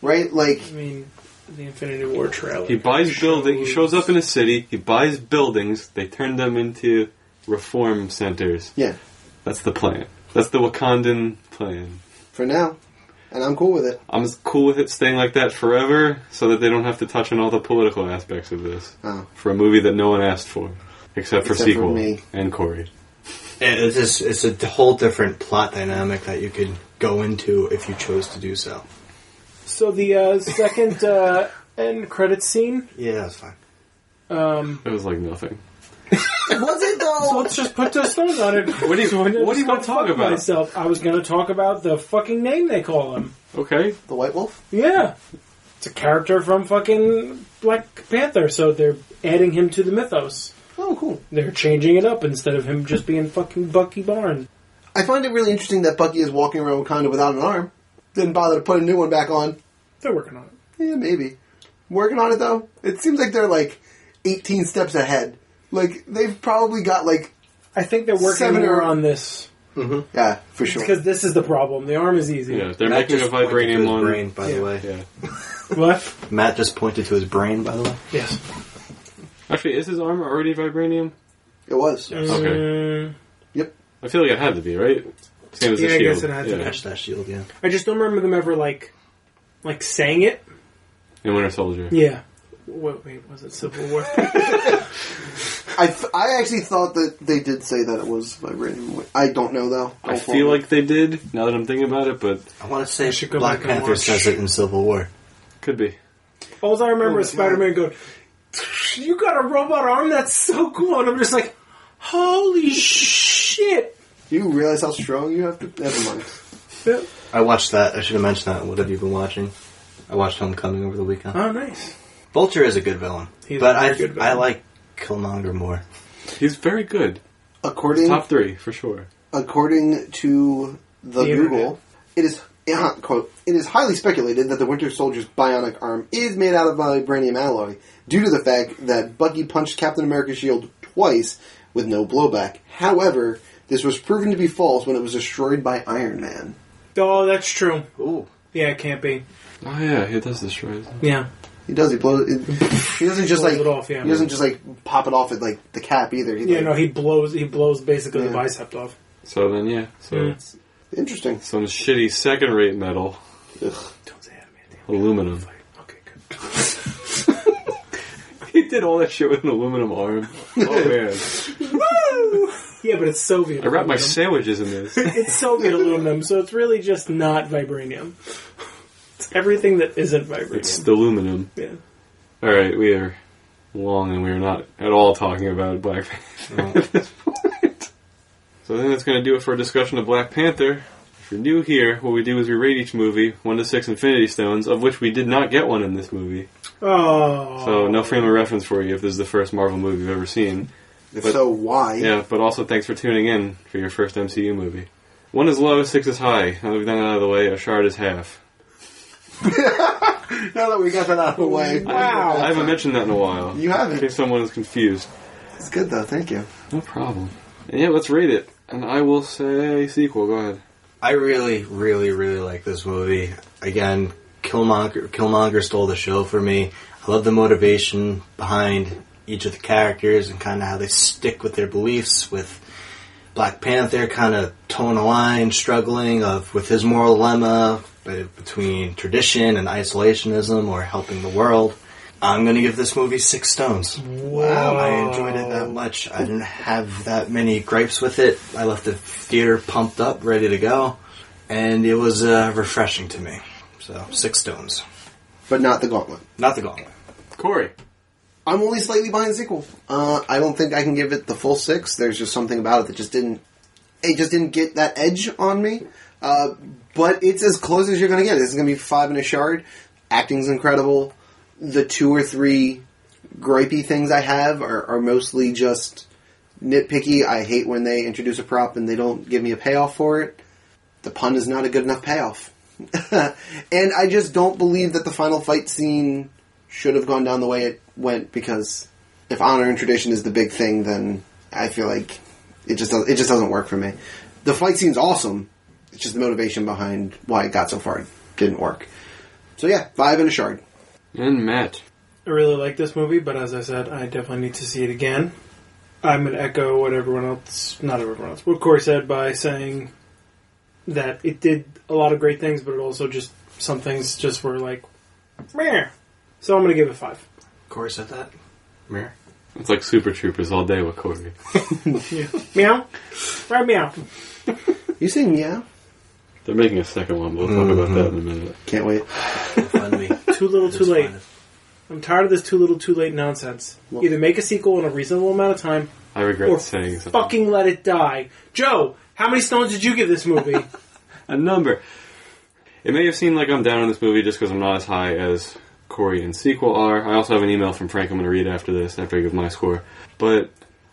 right? Like, I mean, the Infinity War trailer. He buys buildings. He shows up in a city. He buys buildings. They turn them into reform centers. yeah, That's the plan. That's the Wakandan plan. for now, and I'm cool with it. I'm as cool with it staying like that forever, so that they don't have to touch on all the political aspects of this Oh. for a movie that no one asked for, except for Except for sequel me. and Corey. And It's just, it's a whole different plot dynamic that you could go into if you chose to do so. So the uh, second uh, end credit scene. Yeah, that's fine. It was like nothing. Was it though? So let's just put those things on it. What do you, [laughs] what do you want to talk about? Myself, I was going to talk about the fucking name they call him. Okay, The White Wolf. Yeah, it's a character from fucking Black Panther. So they're adding him to the mythos. Oh, cool. They're changing it up instead of him just being fucking Bucky Barnes. I find it really interesting that Bucky is walking around Wakanda without an arm. Didn't bother to put a new one back on. They're working on it. Yeah, maybe. Working on it though. It seems like they're like 18 steps ahead. Like they've probably got like I think they're working Seven more or- on this yeah for sure. because this is the problem. The arm is easy. yeah, they're Matt making a just pointed to his vibranium one. Brain, by Yeah. the way. Yeah, What? Matt just pointed to his brain, by the way. Yes. actually, is his armor already vibranium? It was. Mm, Yep. I feel like it had to be right. Same as Yeah, the I shield. guess it had to yeah. be. Catch that shield, yeah. I just don't remember them ever like, like saying it. And Winter Soldier. Yeah. What? Wait, was it Civil War? [laughs] I, f- I actually thought that they did say that it was vibranium. I don't know though. I Don't feel quote me. like they did. Now that I'm thinking about it, but I want to say should go Black back and Panther watch. says it in Civil War. could be. All I remember is Oh, my God. Spider Man going, You got a robot arm? That's so cool. And I'm just like, Holy shit. you realize how strong you have to. Never mind. Oh, I watched that. I should have mentioned that. What have you been watching? I watched Homecoming over the weekend. Oh, nice. Vulture is a good villain, He's but a very I good I villain. like Killmonger more. He's very good. According Top three for sure. according to the, The Google, internet. it is uh, quote it is highly speculated that the Winter Soldier's bionic arm is made out of vibranium alloy due to the fact that Bucky punched Captain America's shield twice with no blowback. However, this was proven to be false when it was destroyed by Iron Man. Oh, that's true. Ooh, Yeah, it can't be. Oh yeah, he does destroy. his- Yeah. He does. He blows. It, he doesn't just Blows like. it off, yeah. He doesn't just like pop it off at like the cap either. He, Yeah, like- no, he blows he blows basically the Yeah. bicep off. So then yeah, so Mm. it's Interesting. some shitty second-rate metal, Ugh. Don't say that, man. aluminum. [laughs] Okay, good. He did all that shit with an aluminum arm. [laughs] Oh man, Yeah, but it's Soviet. I wrap my aluminum. sandwiches in this. [laughs] It's Soviet aluminum, so it's really just not vibranium. It's everything that isn't vibranium. It's the aluminum. yeah. All right, we are long, and we are not at all talking about Black Panther [laughs] at this point. So I think that's going to do it for a discussion of Black Panther. If you're new here, what we do is we rate each movie one to six Infinity Stones, of which we did not get one in this movie. Oh. So no frame of reference for you if this is the first Marvel movie you've ever seen. If But- so why? Yeah, but also thanks for tuning in for your first MCU movie. One is low, six is high. Now that we've done that out of the way, a shard is half. [laughs] Now that we got that out of the way, Wow. I haven't mentioned that in a while. Oh, You haven't. In case someone is confused. It's good though. Thank you. No problem. And yeah, let's rate it. And I will say sequel. Go ahead. I really, really, really like this movie. Again, Killmonger Killmonger stole the show for me. I love the motivation behind each of the characters and kind of how they stick with their beliefs. With Black Panther, kind of towing a line, struggling of with his moral dilemma uh, between tradition and isolationism, or helping the world. I'm going to give this movie six stones. Wow, I enjoyed it that much. I didn't have that many gripes with it. I left the theater pumped up, ready to go, and it was uh, refreshing to me. So six stones, But not the gauntlet. not the gauntlet. Corey. I'm only slightly behind the sequel. Uh, I don't think I can give it the full six. There's just something about it that just didn't. It just didn't get that edge on me. Uh, but it's as close as you're going to get. This is going to be five and a shard. Acting's incredible. The two or three gripey things I have are, are mostly just nitpicky. I hate when they introduce a prop and they don't give me a payoff for it. The pun is not a good enough payoff. [laughs] and I just don't believe that the final fight scene should have gone down the way it went because if honor and tradition is the big thing, then I feel like it just does, it just doesn't work for me. The fight scene's awesome. It's just the motivation behind why it got so far didn't work. So yeah, five and a shard. And Matt. I really like this movie, but as I said, I definitely need to see it again. I'm going to echo what everyone else, not everyone else, what Corey said by saying that it did a lot of great things, but it also just, some things just were like, meh. So I'm going to give it five. Corey said that. Mirror. It's like Super Troopers all day with Corey. Meow? Right, meow. You saying yeah? They're making a second one, but we'll talk about that in a minute. Can't wait. [laughs] Fund me. Too little, too Just late. find it. I'm tired of this too little, too late nonsense. Either make a sequel in a reasonable amount of time, I regret or saying something. fucking let it die. Joe, how many stones did you give this movie? a number. It may have seemed like I'm down on this movie just because I'm not as high as Corey and Sequel are. I also have an email from Frank I'm going to read after this, after I give my score. But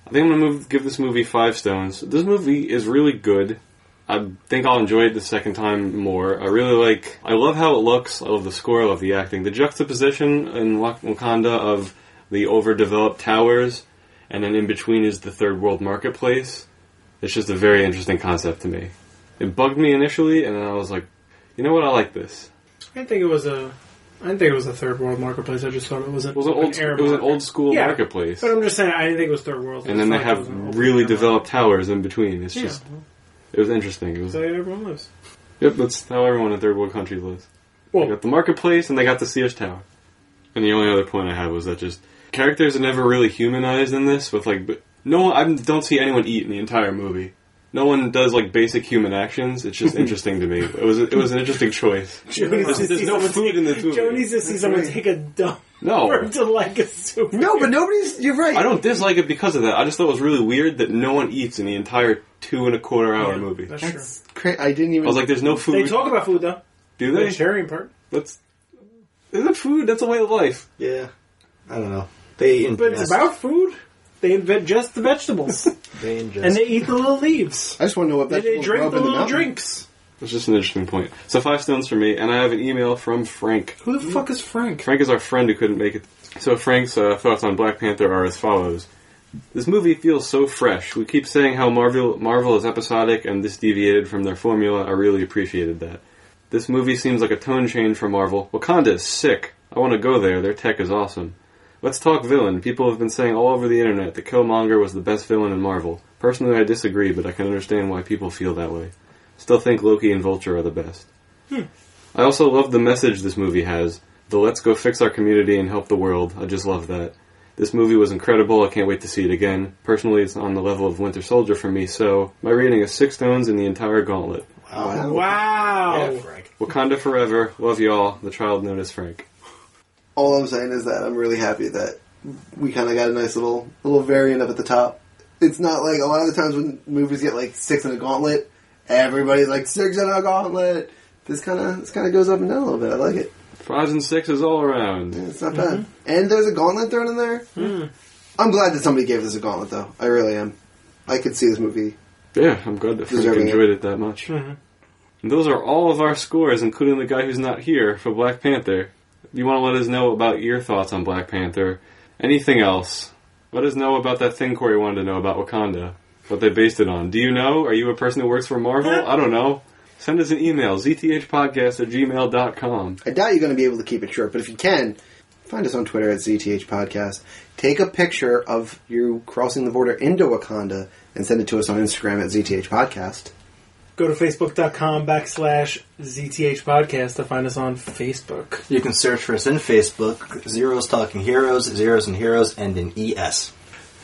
I think I'm going to move, give this movie five stones. This movie is really good. I think I'll enjoy it the second time more. I really like. I love how it looks. I love the score. I love the acting. The juxtaposition in Wak- Wakanda of the overdeveloped towers, and then in between is the third world marketplace. It's just a very interesting concept to me it bugged me initially, and then I was like, you know what, I like this. I didn't think it was a. I didn't think it was a third world marketplace. I just thought it was an, It was an old, era it was an market. old school Yeah. marketplace, But I'm just saying, I didn't think it was third world. I and then just they thought it was have an open really era developed towers in between. It's market. just, Yeah, it was interesting. It was, so everyone lives. yep, that's how everyone in third world countries lives. They Well, got the marketplace, and they got the Sears Tower. And the only other point I had was that just characters are never really humanized in this. With like, b- no, one, I don't see anyone eat in the entire movie. No one does like basic human actions. It's [laughs] just interesting to me. It was it was an interesting choice. [laughs] Joe needs to There's see no someone food take- in this movie. Joe needs to see someone take a [laughs] dump No. or to like a soup. No, but nobody's. You're right. I don't dislike it because of that. I just thought it was really weird that no one eats in the entire two and a quarter hour Yeah, movie. That's I true. That's cra- I didn't even. was like, "There's no They food." talk about food though. Do The they? sharing part. That's isn't food. That's a way of life. Yeah. I don't know. They ingest. But it's about food. They invest [laughs] the vegetables They ingest. and they eat the little leaves. I just want to know what And they vegetables grow drink up the in the little mountain. drinks. It's just an interesting point. So five stones for me, and I have an email from Frank. Who the fuck is Frank? Frank is our friend who couldn't make it. So Frank's uh, thoughts on Black Panther are as follows: This movie feels so fresh. We keep saying how Marvel Marvel is episodic, and this deviated from their formula. I really appreciated that. This movie seems like a tone change for Marvel. Wakanda is sick. I want to go there. Their tech is awesome. Let's talk villain. People have been saying all over the internet that Killmonger was the best villain in Marvel. Personally, I disagree, but I can understand why people feel that way. Still think Loki and Vulture are the best. I also love the message this movie has. The let's go fix our community and help the world. I just love that. This movie was incredible. I can't wait to see it again. Personally, it's on the level of Winter Soldier for me, so my rating is six stones in the entire gauntlet. Wow. Wow. Yeah, Frank. Wakanda forever. Love y'all. The child known as Frank. All I'm saying is that I'm really happy that we kind of got a nice little little variant up at the top. It's not like a lot of the times when movies get like six in a gauntlet, everybody's like six in a gauntlet. This kind of this kind of goes up and down a little bit. I like it. Fives and sixes all around. It's not bad. And there's a gauntlet thrown in there. I'm glad that somebody gave this a gauntlet, though. I really am. I could see this movie. Yeah, I'm glad that Frank Deserving enjoyed it that much. Mhm. And those are all of our scores, including the guy who's not here for Black Panther. You want to let us know about your thoughts on Black Panther? Anything else? Let us know about that thing Corey wanted to know about Wakanda. What they based it on. Do you know? Are you a person who works for Marvel? I don't know. Send us an email, zthpodcast at gmail.com. I doubt you're going to be able to keep it short, but if you can, find us on Twitter at ZTH Podcast. Take a picture of you crossing the border into Wakanda and send it to us on Instagram at ZTH Podcast. Go to facebook.com backslash ZTH podcast to find us on Facebook. You can search for us in Facebook, Zeros Talking Heroes, Zeros and Heroes, and in E ES.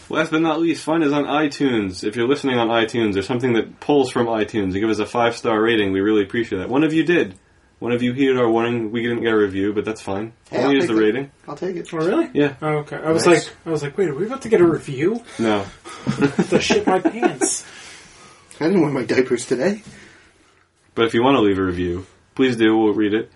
Last but not least, find us on iTunes. If you're listening on iTunes or something that pulls from iTunes and give us a five star rating, we really appreciate that. One of you did. One of you heeded our warning. We didn't get a review, but that's fine. Hey, All we I'll need is the take it. rating. I'll take it. Oh, really? Yeah. Oh, okay. I was Nice. like, I was like, wait, are we about to get a review? No. The shit my pants. I didn't wear my diapers today. But if you want to leave a review, please do. We'll read it.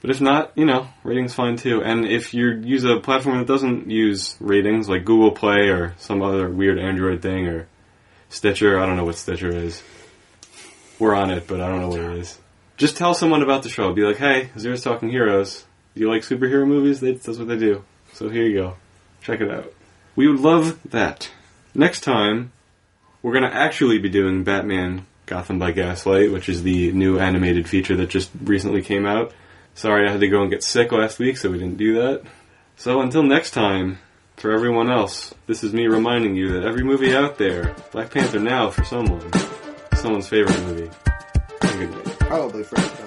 But if not, you know, ratings fine too. And if you use a platform that doesn't use ratings, like Google Play or some other weird Android thing or Stitcher, I don't know what Stitcher is. We're on it, but I don't know what it is. Just tell someone about the show. Be like, hey, Zero's Talking Heroes. Do you like superhero movies? They, that's what they do. So here you go. Check it out. We would love that. Next time, we're going to actually be doing Batman Gotham by Gaslight, which is the new animated feature that just recently came out. Sorry, I had to go and get sick last week, so we didn't do that. So until next time, for everyone else, this is me reminding you that every movie out there, Black Panther now for someone, someone's favorite movie. Have a good day. [laughs] Probably for